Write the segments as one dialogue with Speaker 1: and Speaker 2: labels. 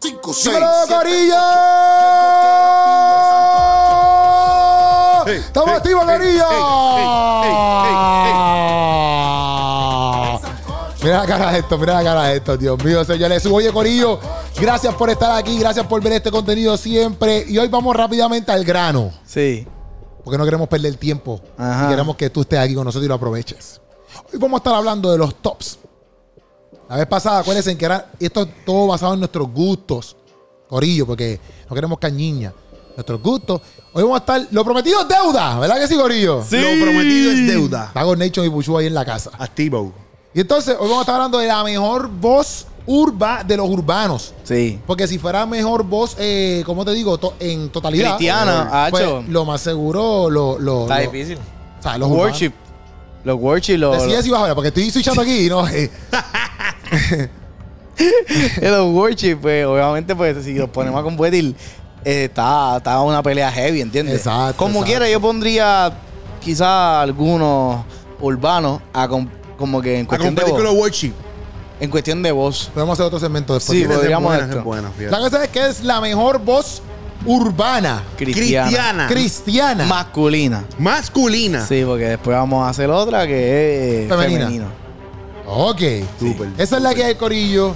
Speaker 1: 5, 6.
Speaker 2: Corillo!
Speaker 1: Hey,
Speaker 2: ¡Estamos
Speaker 1: hey,
Speaker 2: activos,
Speaker 1: hey,
Speaker 2: Corillo!
Speaker 1: hey,
Speaker 2: Mira la cara de esto, mira la cara de esto, Dios mío, señores. Oye, Corillo, gracias por estar aquí, gracias por ver este contenido siempre. Y hoy vamos rápidamente al grano,
Speaker 3: Sí.
Speaker 2: porque no queremos perder tiempo.
Speaker 3: Ajá.
Speaker 2: Y queremos que tú estés aquí con nosotros y lo aproveches. Hoy vamos a estar hablando de los tops. La vez pasada, acuérdense que era esto es todo basado en nuestros gustos, Corillo, porque no queremos cañiña. Nuestros gustos. Hoy vamos a estar. Lo prometido es deuda, ¿verdad que sí, Corillo?
Speaker 1: Lo prometido es deuda.
Speaker 2: Está con Nation y Bushua ahí en la casa.
Speaker 1: Activo.
Speaker 2: Y entonces, hoy vamos a estar hablando de la mejor voz urba de los urbanos.
Speaker 3: Sí.
Speaker 2: Porque si fuera mejor voz, eh, ¿cómo te digo? To- en totalidad.
Speaker 3: Cristiana,
Speaker 2: pues,
Speaker 3: hacho.
Speaker 2: Lo más seguro, lo, lo,
Speaker 3: Está
Speaker 2: lo-
Speaker 3: difícil.
Speaker 2: o sea, los urbanos.
Speaker 3: Worship. Los worship, los,
Speaker 2: Decide si vas a ver, porque estoy switchando aquí y no. eh,
Speaker 3: los worship, pues obviamente, pues si los ponemos a competir, eh, está, está una pelea heavy, ¿entiendes?
Speaker 2: Exacto,
Speaker 3: Como
Speaker 2: exacto.
Speaker 3: quiera, yo pondría quizás algunos urbanos a com- como que en
Speaker 1: A
Speaker 3: cuestión, de
Speaker 1: competir con los
Speaker 3: voz,
Speaker 1: worship.
Speaker 3: en cuestión de voz.
Speaker 2: podemos hacer otro segmento después.
Speaker 3: Sí,
Speaker 1: Esa es
Speaker 3: podríamos
Speaker 1: buena, esa
Speaker 3: esto.
Speaker 1: es buena,
Speaker 2: la
Speaker 1: fíjate.
Speaker 2: cosa es que es la mejor voz urbana,
Speaker 3: Cristiana.
Speaker 2: cristiana,
Speaker 3: Masculina.
Speaker 1: Masculina.
Speaker 3: Sí, porque después vamos a hacer otra que es
Speaker 2: Femenina.
Speaker 3: femenina.
Speaker 2: Ok.
Speaker 1: Súper.
Speaker 2: Esa es la que hay, Corillo.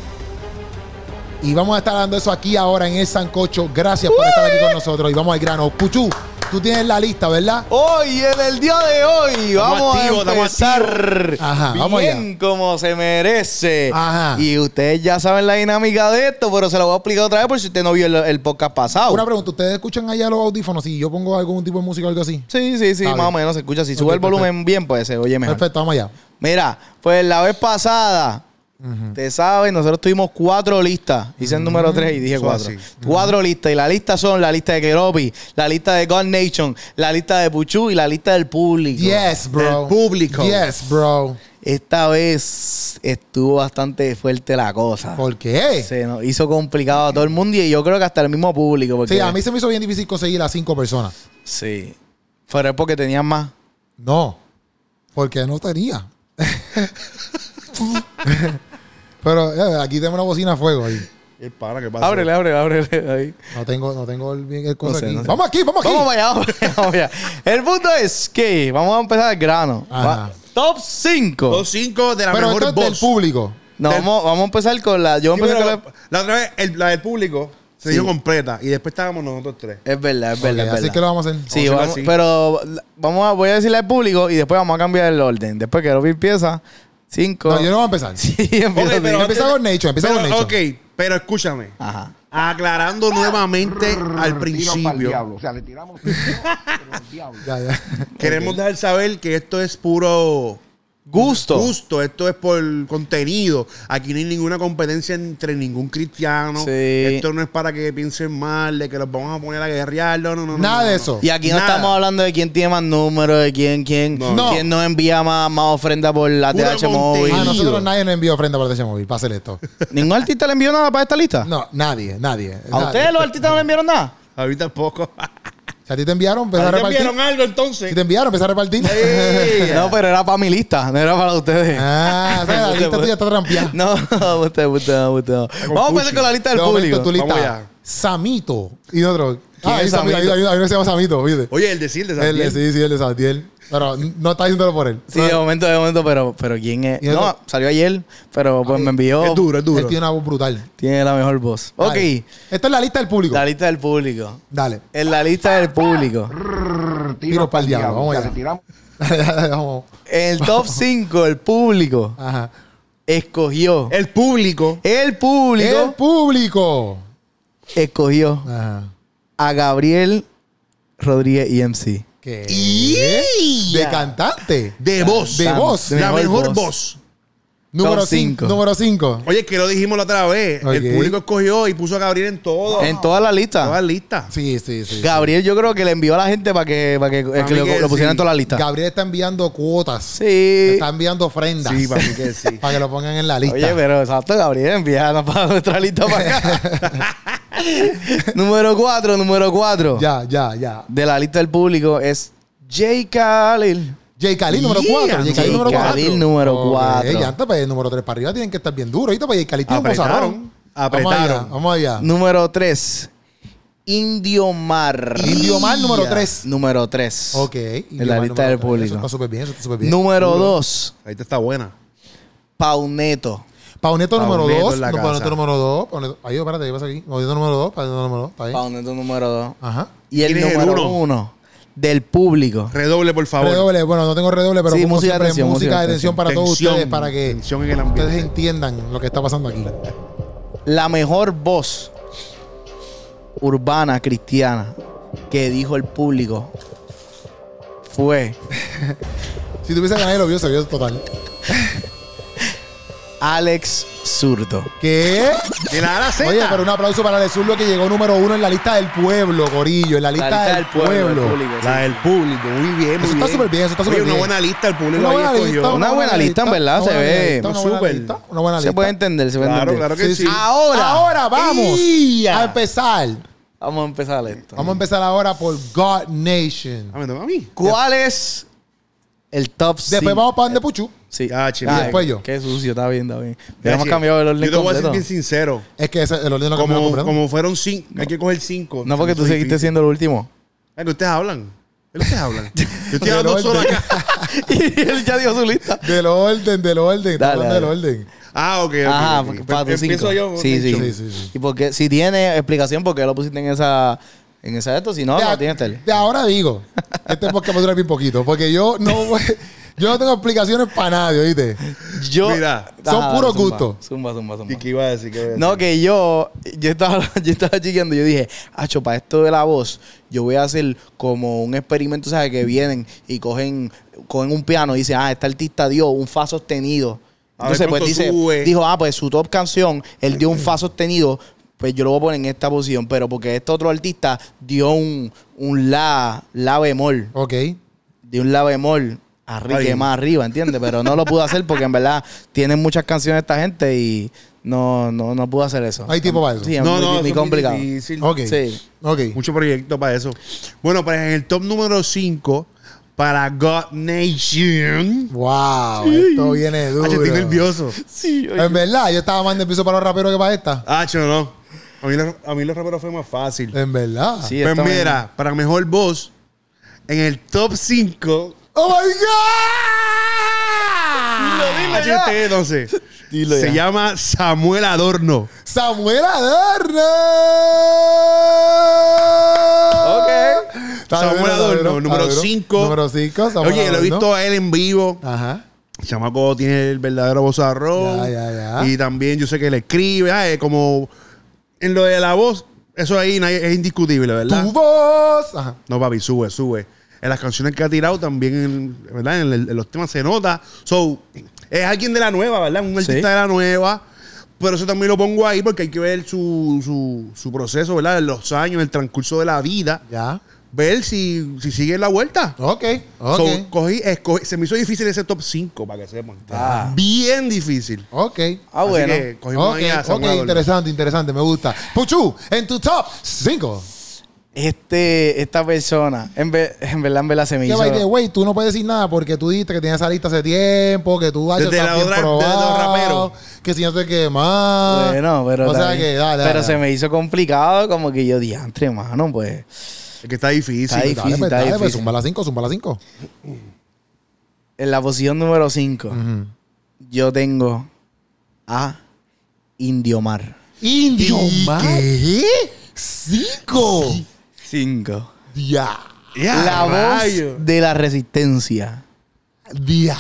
Speaker 2: Y vamos a estar dando eso aquí ahora en el Sancocho. Gracias por estar aquí con nosotros. Y vamos al grano. Puchu, tú tienes la lista, ¿verdad?
Speaker 3: Hoy, en el día de hoy,
Speaker 1: Estamos
Speaker 3: vamos
Speaker 1: activos,
Speaker 3: a
Speaker 1: estamos
Speaker 3: empezar
Speaker 1: Ah.
Speaker 2: Ajá, vamos allá.
Speaker 3: bien como se merece.
Speaker 2: Ajá.
Speaker 3: Y ustedes ya saben la dinámica de esto, pero se lo voy a explicar otra vez por si usted no vio el, el podcast pasado.
Speaker 2: Una pregunta. ¿Ustedes escuchan allá los audífonos? Si yo pongo algún tipo de música o algo así.
Speaker 3: sí, sí, sí,
Speaker 2: Está
Speaker 3: más o
Speaker 2: bien.
Speaker 3: menos se escucha. Si
Speaker 2: Ok,
Speaker 3: sube el volumen bien, pues se oye mejor.
Speaker 2: Perfecto, vamos allá.
Speaker 3: Mira, pues la vez pasada, te saben, nosotros tuvimos cuatro listas. Hice el número tres y dije
Speaker 1: Eso
Speaker 3: cuatro.
Speaker 1: así.
Speaker 3: Cuatro listas. Y la lista son la lista de Keropi, la lista de God Nation, la lista de Puchu y la lista del público.
Speaker 2: Yes, bro.
Speaker 1: Del público.
Speaker 2: Yes, bro.
Speaker 3: Esta vez estuvo bastante fuerte la cosa.
Speaker 2: ¿Por qué? Sí,
Speaker 3: Se nos hizo complicado a todo el mundo y yo creo que hasta el mismo público. Porque,
Speaker 2: a mí se me hizo bien difícil conseguir a cinco personas.
Speaker 3: Sí. Pero es porque tenían más.
Speaker 2: No, porque no tenía. Pero eh, aquí tengo una bocina a fuego ahí.
Speaker 1: El para que pasa.
Speaker 3: Ábrele, ábrele, ábrele. Ahí.
Speaker 2: No tengo, no tengo el, bien el cosa
Speaker 3: sé,
Speaker 2: aquí.
Speaker 3: no sé.
Speaker 2: Vamos aquí, vamos aquí.
Speaker 3: Vamos allá, vamos allá, vamos allá. El punto es que vamos a empezar al grano.
Speaker 2: Ajá.
Speaker 3: Va- Top 5.
Speaker 1: Los cinco de la
Speaker 2: Pero
Speaker 1: mejor
Speaker 2: esto es
Speaker 1: voz.
Speaker 2: del público.
Speaker 3: No,
Speaker 1: Del-
Speaker 3: vamos, vamos a empezar con la. Yo
Speaker 1: Sí,
Speaker 3: empecé
Speaker 1: pero
Speaker 3: con
Speaker 1: la,
Speaker 3: la.
Speaker 1: la otra vez, el- la del público se dio completa. Y después estábamos nosotros tres.
Speaker 3: Es verdad, es verdad.
Speaker 2: Ok,
Speaker 3: es
Speaker 2: así
Speaker 3: verdad.
Speaker 2: que lo vamos a hacer.
Speaker 1: Vamos
Speaker 3: Sí,
Speaker 1: a
Speaker 3: vamos-
Speaker 1: hacerlo
Speaker 3: pero la- vamos a, voy a decirle al público y después vamos a cambiar el orden. Después que Robbie empieza, 5.
Speaker 2: No, yo no voy a empezar.
Speaker 3: Sí, empieza
Speaker 1: Ok,
Speaker 3: así.
Speaker 1: pero-
Speaker 2: Empieza con Nature, empieza
Speaker 1: Pero,
Speaker 2: con Nature.
Speaker 1: ok, pero escúchame.
Speaker 3: Ajá.
Speaker 1: Aclarando nuevamente al principio.
Speaker 4: O sea, le tiramos al diablo.
Speaker 2: Ya, ya.
Speaker 1: Queremos dejar saber que esto es puro
Speaker 3: Gusto.
Speaker 1: gusto, esto es por contenido. Aquí no hay ninguna competencia entre ningún cristiano.
Speaker 3: Sí.
Speaker 1: Esto no es para que piensen mal, de que los vamos a poner a guerrear. No, no, no. no,
Speaker 2: Nada
Speaker 1: no,
Speaker 2: de
Speaker 1: no.
Speaker 2: eso.
Speaker 3: Y aquí no
Speaker 1: Nada.
Speaker 3: estamos hablando de quién tiene más números, de quién, quién,
Speaker 2: No. Ah,
Speaker 3: quién nos envía más, más ofrendas por la
Speaker 1: Puro
Speaker 3: TH
Speaker 2: A
Speaker 1: contenido.
Speaker 3: móvil.
Speaker 2: nosotros nadie nos envió ofrenda para Móvil, para hacer esto.
Speaker 3: ¿Ningún artista le envió nada para esta lista?
Speaker 2: No, nadie, nadie.
Speaker 3: ¿A
Speaker 2: nadie.
Speaker 3: ustedes los artistas no le enviaron nada?
Speaker 1: Ahorita poco.
Speaker 2: Si a ti te enviaron, empezá a
Speaker 1: ¿Te
Speaker 2: repartir.
Speaker 1: enviaron algo
Speaker 2: Si
Speaker 1: entonces?
Speaker 2: te enviaron, empezá a repartir.
Speaker 1: Sí.
Speaker 3: No, pero era para mi lista, no era para ustedes.
Speaker 2: Ah, o sea, la lista tuya está trampeada.
Speaker 3: No, usted, usted, no, usted no. Vamos a empezar con la lista del
Speaker 2: De momento,
Speaker 3: público.
Speaker 2: tu
Speaker 1: Vamos
Speaker 2: lista.
Speaker 1: allá.
Speaker 2: Samito. Y otro.
Speaker 3: ¿Quién
Speaker 2: Ah,
Speaker 3: es
Speaker 2: hay Samito.
Speaker 3: Samito?
Speaker 2: Hay hay- hay uno que se llama Samito, ¿viste?
Speaker 1: Oye, el decir de
Speaker 2: Él,
Speaker 1: Santiel.
Speaker 2: sí, sí, él es Santiel. Pero no está diciéndolo por él.
Speaker 3: Sí, de momento, de momento, pero, pero ¿quién es?
Speaker 2: ¿Y el
Speaker 3: No,
Speaker 2: otro? Ah,
Speaker 3: salió ayer, pero pues me envió.
Speaker 1: Es duro, es
Speaker 2: Él
Speaker 1: duro.
Speaker 2: tiene una voz brutal.
Speaker 3: Tiene la mejor voz. Ok,
Speaker 2: Dale. Esta es la lista del público.
Speaker 3: la lista del público.
Speaker 2: Dale.
Speaker 3: En la lista del público.
Speaker 2: Tiro pa'l diablo, vamos
Speaker 4: O sea,
Speaker 2: allá.
Speaker 4: le tiramos
Speaker 2: Vamos.
Speaker 3: En el top 5, el público
Speaker 2: Ajá.
Speaker 3: escogió.
Speaker 1: El público.
Speaker 3: El público
Speaker 2: El público.
Speaker 3: escogió
Speaker 2: Ajá.
Speaker 3: a Gabriel Rodríguez EMC.
Speaker 2: ¿Qué?
Speaker 1: Y-
Speaker 2: De cantante.
Speaker 1: De voz.
Speaker 2: De voz.
Speaker 1: La
Speaker 3: De
Speaker 1: mejor
Speaker 3: voz.
Speaker 1: voz.
Speaker 2: Número
Speaker 3: Top
Speaker 2: 5.
Speaker 3: cinco.
Speaker 2: Número 5.
Speaker 1: Oye, que lo dijimos la otra vez.
Speaker 2: Ok.
Speaker 1: El público escogió y puso a Gabriel en todo.
Speaker 3: En toda la lista.
Speaker 1: Todas listas.
Speaker 2: Sí, sí, sí.
Speaker 3: Gabriel yo creo que le envió a la gente para que, para que, eh, que
Speaker 1: mí
Speaker 3: lo,
Speaker 1: que
Speaker 3: lo
Speaker 1: sí.
Speaker 3: pusieran en toda la lista.
Speaker 2: Gabriel está enviando cuotas.
Speaker 3: Sí.
Speaker 2: Está enviando ofrendas.
Speaker 1: Sí, para mí que sí.
Speaker 2: Para que lo pongan en la lista.
Speaker 3: Oye, pero exacto, Gabriel, envía para nuestra lista para acá. número 4, número 4.
Speaker 2: Ya, ya, ya.
Speaker 3: de la lista del público es Jay Khalil.
Speaker 2: J. Khalil número
Speaker 1: Yeah,
Speaker 2: 4. J. Khalil
Speaker 3: J.
Speaker 2: número 4.
Speaker 3: Khalil número cuatro.
Speaker 2: ya antes, pues, el número 3 para arriba tienen que estar bien duros. Ahorita, pues, J. Khalil tiene un
Speaker 1: Apretaron.
Speaker 2: vozarrón. allá,
Speaker 1: Apretaron.
Speaker 2: vamos allá.
Speaker 3: Número 3. Indio Mar.
Speaker 2: Indio Mar número tres.
Speaker 3: Número 3.
Speaker 2: Ok.
Speaker 3: En la lista del público.
Speaker 2: Eso está súper bien, eso está súper bien.
Speaker 3: Número 2.
Speaker 1: Ahí te está buena.
Speaker 3: Pauneto.
Speaker 2: Pauneto número
Speaker 1: Pauneto
Speaker 2: 2.
Speaker 1: en la
Speaker 2: Pauneto
Speaker 1: casa.
Speaker 2: número 2. Pauneto, ahí, espérate, ¿qué pasa aquí? Pauneto número 2. Pauneto número 2. Está ahí.
Speaker 3: Pauneto número 2.
Speaker 2: Ajá.
Speaker 3: Y el
Speaker 1: Ah. ¿Quién es el
Speaker 3: número
Speaker 1: uno?
Speaker 3: 1 del público.
Speaker 1: Redoble, por favor.
Speaker 2: Redoble, bueno, no tengo redoble, pero
Speaker 3: Sí,
Speaker 2: como
Speaker 3: música de
Speaker 2: siempre,
Speaker 3: atención,
Speaker 2: música de
Speaker 3: música de
Speaker 2: atención para todos
Speaker 1: Tensión,
Speaker 2: ustedes, para que
Speaker 1: tensión en el ambiente.
Speaker 2: ustedes entiendan lo que está pasando aquí.
Speaker 3: La mejor voz urbana cristiana que dijo el público fue
Speaker 2: Si tuviese ganado, lo vio, se vio total.
Speaker 3: Alex Zurdo.
Speaker 2: ¿Qué?
Speaker 1: De la A a la Z.
Speaker 2: Oye, pero un aplauso para Ale Zurdo que llegó número uno en la lista del pueblo, Corillo, en la lista, del, pueblo.
Speaker 3: del público, sí.
Speaker 1: La del público, muy bien.
Speaker 2: Eso está súper bien, eso está súper
Speaker 1: Oye,
Speaker 2: bien.
Speaker 1: una buena lista el público ahí escogió.
Speaker 3: una buena lista, en verdad,
Speaker 2: una
Speaker 3: se
Speaker 2: buena
Speaker 3: ve
Speaker 2: lista, Una buena
Speaker 1: súper.
Speaker 2: lista, una buena
Speaker 3: Se
Speaker 2: lista.
Speaker 3: puede entender, se puede
Speaker 1: Claro,
Speaker 3: entender.
Speaker 1: claro que sí. Ah,
Speaker 3: Ahora,
Speaker 2: Ahora vamos
Speaker 3: ¡Ia!
Speaker 2: a empezar.
Speaker 3: Vamos a empezar esto.
Speaker 2: Vamos a empezar ahora por God Nation.
Speaker 1: Ah, me toca a mí.
Speaker 3: ¿Cuál es el top 5?
Speaker 2: Después vamos para donde Puchu.
Speaker 3: Sí.
Speaker 1: Ah, chico.
Speaker 2: Y después yo.
Speaker 3: Qué sucio, está bien, está bien.
Speaker 1: Ya,
Speaker 3: Hemos
Speaker 1: sí.
Speaker 3: cambiado el
Speaker 1: Yo
Speaker 3: orden
Speaker 1: te voy a
Speaker 3: completo.
Speaker 1: ser bien sincero.
Speaker 2: Es que ese, el orden lo cambiamos
Speaker 1: Como,
Speaker 2: completo.
Speaker 1: como fueron cinco, hay que coger cinco.
Speaker 3: No, porque tú
Speaker 1: Eso es
Speaker 3: seguiste
Speaker 1: difícil.
Speaker 3: siendo el último.
Speaker 1: Es que ustedes hablan. ¿Qué ustedes hablan? Yo estoy
Speaker 2: Del
Speaker 1: hablando
Speaker 2: orden.
Speaker 1: solo acá.
Speaker 3: y él ya dio su lista.
Speaker 2: Del orden, del orden. estamos
Speaker 3: Dale,
Speaker 2: hablando
Speaker 3: dale.
Speaker 2: del orden.
Speaker 1: Ah, ok. ok,
Speaker 3: Ajá,
Speaker 1: ok.
Speaker 3: para
Speaker 1: Pues
Speaker 3: tus
Speaker 1: Empiezo
Speaker 3: cinco.
Speaker 1: yo.
Speaker 3: sí, sí.
Speaker 1: Nacho.
Speaker 2: Sí, sí, sí.
Speaker 3: Y porque si tiene explicación por qué lo pusiste en esa en esa esto, si no,
Speaker 2: de,
Speaker 3: no
Speaker 2: a-
Speaker 3: tiene tele.
Speaker 2: de ahora digo, este podcast va a durar bien poquito, porque yo no voy- yo no tengo explicaciones para nadie, ¿oíste?
Speaker 3: Yo
Speaker 1: Mira,
Speaker 2: son
Speaker 3: Ajá,
Speaker 2: puros
Speaker 3: zumba,
Speaker 2: gustos.
Speaker 3: Zumba, zumba, zumba.
Speaker 1: ¿Y qué iba a decir? ¿Qué iba a decir?
Speaker 3: No, que yo, yo estaba, yo estaba chequeando, yo dije, Acho, para esto de la voz, yo voy a hacer como un experimento, ¿sabes? Que vienen y cogen, cogen un piano y dicen, ah, este artista dio un fa sostenido.
Speaker 1: A ver
Speaker 3: Entonces, pues
Speaker 1: cuánto
Speaker 3: dice,
Speaker 1: sube.
Speaker 3: dijo, ah, pues su top canción, él dio un fa sostenido, pues yo lo voy a poner en esta posición, pero porque este otro artista dio un, un la, la bemol,
Speaker 2: Ok.
Speaker 3: dio un la bemol. Arriba,
Speaker 1: Ay.
Speaker 3: más arriba, ¿entiendes? Pero no lo pude hacer porque en verdad tienen muchas canciones esta gente y no, no, no pude hacer eso.
Speaker 2: Hay tiempo para eso.
Speaker 3: Sí, es
Speaker 1: no,
Speaker 3: muy,
Speaker 1: no,
Speaker 3: muy
Speaker 1: eso es
Speaker 3: complicado.
Speaker 1: difícil.
Speaker 2: Ok.
Speaker 3: Sí.
Speaker 2: Ok.
Speaker 1: Mucho proyecto para eso. Bueno, pues en el top número 5, para God Nation.
Speaker 2: Wow, esto viene duro.
Speaker 1: Ah, yo estoy nervioso.
Speaker 3: Sí,
Speaker 2: En verdad, yo estaba más nervioso para los raperos que para esta.
Speaker 1: Ah, yo no. A mí, los- a mí los raperos fue más fácil.
Speaker 2: En verdad.
Speaker 1: pues mira, para mejor voz, en el top 5.
Speaker 2: ¡Oh my God!
Speaker 1: Ah, yo ustedes no sé. Se llama Samuel Adorno.
Speaker 2: ¡Samuel Adorno!
Speaker 3: Ok.
Speaker 2: Está
Speaker 1: Samuel
Speaker 2: duro, está
Speaker 1: Adorno,
Speaker 2: duro,
Speaker 1: número
Speaker 2: está duro.
Speaker 1: 5.
Speaker 2: Número 5,
Speaker 1: Oye,
Speaker 2: Samuel
Speaker 1: lo he
Speaker 2: Adorno.
Speaker 1: visto a él en vivo.
Speaker 2: Ajá.
Speaker 1: El chamaco tiene el verdadero vozarrón.
Speaker 2: Ya, ya, ya.
Speaker 1: Y también yo sé que él escribe. ah, eh, como en lo de la voz, eso ahí nadie- es indiscutible, ¿verdad?
Speaker 2: Tu voz. Ajá.
Speaker 1: No, papi, sube, sube. En las canciones que ha tirado también, en, ¿verdad? En, el- en los temas se nota. So, es alguien de la nueva, ¿verdad? Un artista
Speaker 3: Sí.
Speaker 1: de la nueva. Pero eso también lo pongo ahí porque hay que ver su, su, su proceso, ¿verdad? En los años, el transcurso de la vida.
Speaker 2: Ya.
Speaker 1: Ver si, si sigue en la vuelta.
Speaker 2: Ok. Ok.
Speaker 1: So, cogí, escogí- se me hizo difícil ese top 5, para que sepan.
Speaker 3: Ah.
Speaker 1: Bien difícil.
Speaker 2: ok.
Speaker 3: Ah,
Speaker 1: Así
Speaker 3: bueno.
Speaker 1: que cogimos
Speaker 2: Ok,
Speaker 1: ahí a
Speaker 2: ok,
Speaker 1: Samuel Adorno.
Speaker 2: interesante, interesante, me gusta. Puchu, en tu top 5.
Speaker 3: Este, esta persona, en, ve- en verdad, en verdad se me
Speaker 2: Que
Speaker 3: hizo.
Speaker 2: by the way, tú no puedes decir nada porque tú dijiste que tenías esa lista hace tiempo, que tú has
Speaker 1: Desde la otra- desde los raperos.
Speaker 2: que si no sé qué más.
Speaker 3: Bueno, pero,
Speaker 2: O sea
Speaker 3: también-
Speaker 2: que, dale,
Speaker 3: pero
Speaker 2: dale,
Speaker 3: se
Speaker 2: dale.
Speaker 3: me hizo complicado, como que yo diantre, mano, pues.
Speaker 1: Es que está difícil.
Speaker 3: Está difícil.
Speaker 2: Dale, pues,
Speaker 3: está
Speaker 2: dale, pues,
Speaker 3: difícil.
Speaker 2: zumba la 5, zumba la 5.
Speaker 3: En la posición número 5, yo tengo a Indiomar.
Speaker 2: Indio Mar. ¿Qué? 5.
Speaker 3: 5.
Speaker 2: Dia.
Speaker 1: Ya,
Speaker 3: la voz
Speaker 1: rayo.
Speaker 3: de la resistencia.
Speaker 2: Dia.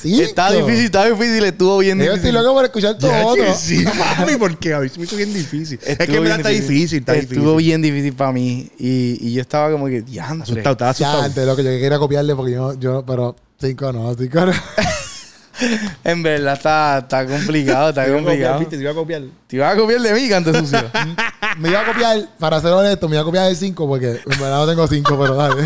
Speaker 2: Cinco.
Speaker 3: Está difícil, está difícil, estuvo bien
Speaker 2: Yo estoy
Speaker 3: difícil.
Speaker 2: loco por escuchar todo
Speaker 1: Ya,
Speaker 2: otro.
Speaker 1: che, sí, papi, porque a mí se me hizo bien difícil. es que
Speaker 3: Estuvo
Speaker 1: en verdad
Speaker 3: bien
Speaker 1: está difícil, está difícil.
Speaker 3: Estuvo bien difícil para mí. Y, y yo estaba como que, diantre.
Speaker 1: Asustado, estaba
Speaker 2: Ya,
Speaker 1: asustado.
Speaker 2: antes lo que yo quería copiarle porque yo, yo pero 5 no, 5 no.
Speaker 3: En verdad está, está complicado, está
Speaker 1: Te iba a copiar,
Speaker 3: complicado.
Speaker 1: viste, te iba a copiar.
Speaker 3: Te vas a copiar de mí, canto sucio.
Speaker 2: Me iba a copiar, para ser honesto, me iba a copiar el 5 porque en verdad no tengo 5, pero dale.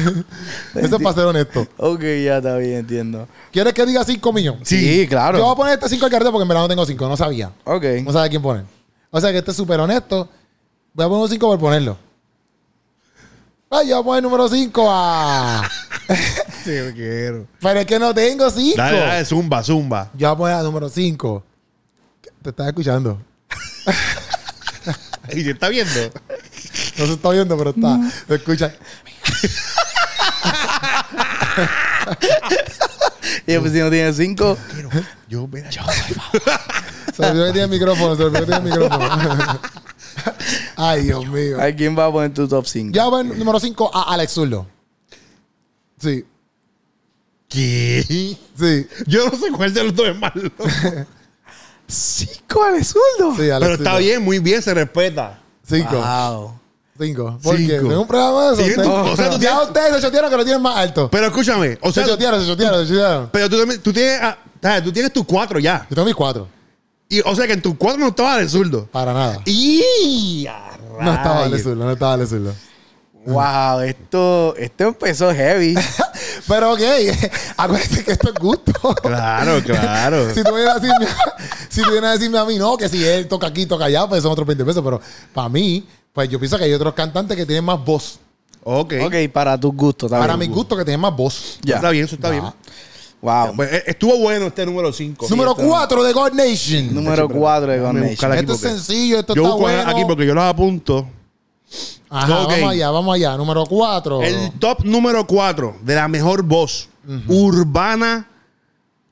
Speaker 2: Eso es para ser honesto.
Speaker 3: ok, ya está bien, entiendo.
Speaker 2: ¿Quieres que diga 5 mío?
Speaker 3: Sí, claro.
Speaker 2: Yo voy a poner este 5 al cartel porque en verdad no tengo 5, no sabía.
Speaker 3: Ok.
Speaker 2: No sabía quién poner. O sea que este es súper honesto. Voy a poner un 5 por ponerlo. Ay, yo voy a poner número 5 a.
Speaker 1: Te quiero.
Speaker 2: Pero es que no tengo 5.
Speaker 1: Dale, dale, zumba, zumba.
Speaker 2: Yo voy a poner a número 5. Te estás escuchando.
Speaker 1: Y se está viendo.
Speaker 2: No se está viendo, pero está. Lo escucha.
Speaker 3: Y yo, pues si no tiene cinco,
Speaker 1: Yo, mira, yo.
Speaker 2: Se olvidó que tiene micrófono, se olvidó que tiene micrófono. Ay, Dios mío.
Speaker 3: ¿a quién va a poner tu top 5?
Speaker 2: Ya va en número 5 a Alex Zurdo. Sí,
Speaker 1: ¿Qué?
Speaker 2: sí,
Speaker 1: Yo no sé cuál de los dos es malo.
Speaker 3: ¿Cinco al zurdo?
Speaker 2: sí, Alex
Speaker 1: Pero está bien, muy bien, se respeta.
Speaker 2: 5.
Speaker 3: Wow.
Speaker 2: 5. ¿Por qué?
Speaker 1: Cinco.
Speaker 2: Tengo un programa de
Speaker 1: Sí,
Speaker 2: eso.
Speaker 1: tú- o sea, tú
Speaker 2: Ya
Speaker 1: tienes-
Speaker 2: ustedes se chotearon que lo tienen más alto.
Speaker 1: Pero escúchame, o sea,
Speaker 2: Se chotearon, se chotearon, se chotearon.
Speaker 1: pero tú, también- tú tienes, ah, ah, tú tienes tus cuatro ya.
Speaker 2: Yo tengo mis cuatro.
Speaker 1: Y, o sea que en tus cuatro no estaba el zurdo.
Speaker 2: Para nada.
Speaker 1: Y a
Speaker 2: No estaba Alex
Speaker 1: rayos.
Speaker 2: Zurdo, no estaba Alex Zurdo.
Speaker 3: Wow, esto, esto empezó heavy.
Speaker 2: Pero ok, acuérdate que esto es gusto.
Speaker 1: Claro, claro.
Speaker 2: Si tú vienes a decirme, si tú vienes a, decirme a mí, no, que si él toca aquí, toca allá, pues son otros 20 pesos. Pero para mí, pues yo pienso que hay otros cantantes que tienen más voz.
Speaker 1: Ok.
Speaker 3: Ok, para tus gustos también.
Speaker 2: para mi gusto, que tienen más voz.
Speaker 3: Ya.
Speaker 1: Está bien, eso está bien.
Speaker 3: Wow.
Speaker 1: Pues, eh, estuvo bueno este número 5.
Speaker 2: Número
Speaker 3: está bien.
Speaker 2: 4 de God Nation.
Speaker 3: Número 4 de
Speaker 1: Déjame
Speaker 3: Connection.
Speaker 1: buscar aquí
Speaker 2: esto es
Speaker 1: porque-
Speaker 2: sencillo, esto
Speaker 1: Yo
Speaker 2: está
Speaker 1: busco
Speaker 2: bueno.
Speaker 1: aquí porque yo los apunto.
Speaker 2: Ajá,
Speaker 1: Ok.
Speaker 2: vamos allá, vamos allá. Número 4.
Speaker 1: El top número 4 de la mejor voz urbana.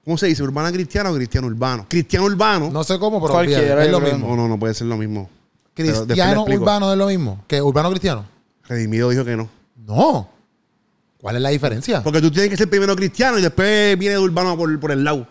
Speaker 1: ¿Cómo se dice? ¿Urbana cristiana o cristiano urbano? Cristiano urbano.
Speaker 2: No sé cómo, pero
Speaker 3: Cualquiera,
Speaker 2: olvídate, es
Speaker 3: yo
Speaker 2: lo
Speaker 3: creo.
Speaker 2: mismo.
Speaker 1: No, no, no puede ser lo mismo. Pero después le
Speaker 2: Cristiano
Speaker 1: explico.
Speaker 2: urbano es lo mismo que urbano cristiano.
Speaker 1: Redimido dijo que no.
Speaker 2: No. ¿Cuál es la diferencia?
Speaker 1: Porque tú tienes que ser primero cristiano y después viene de urbano por, por el lado. Él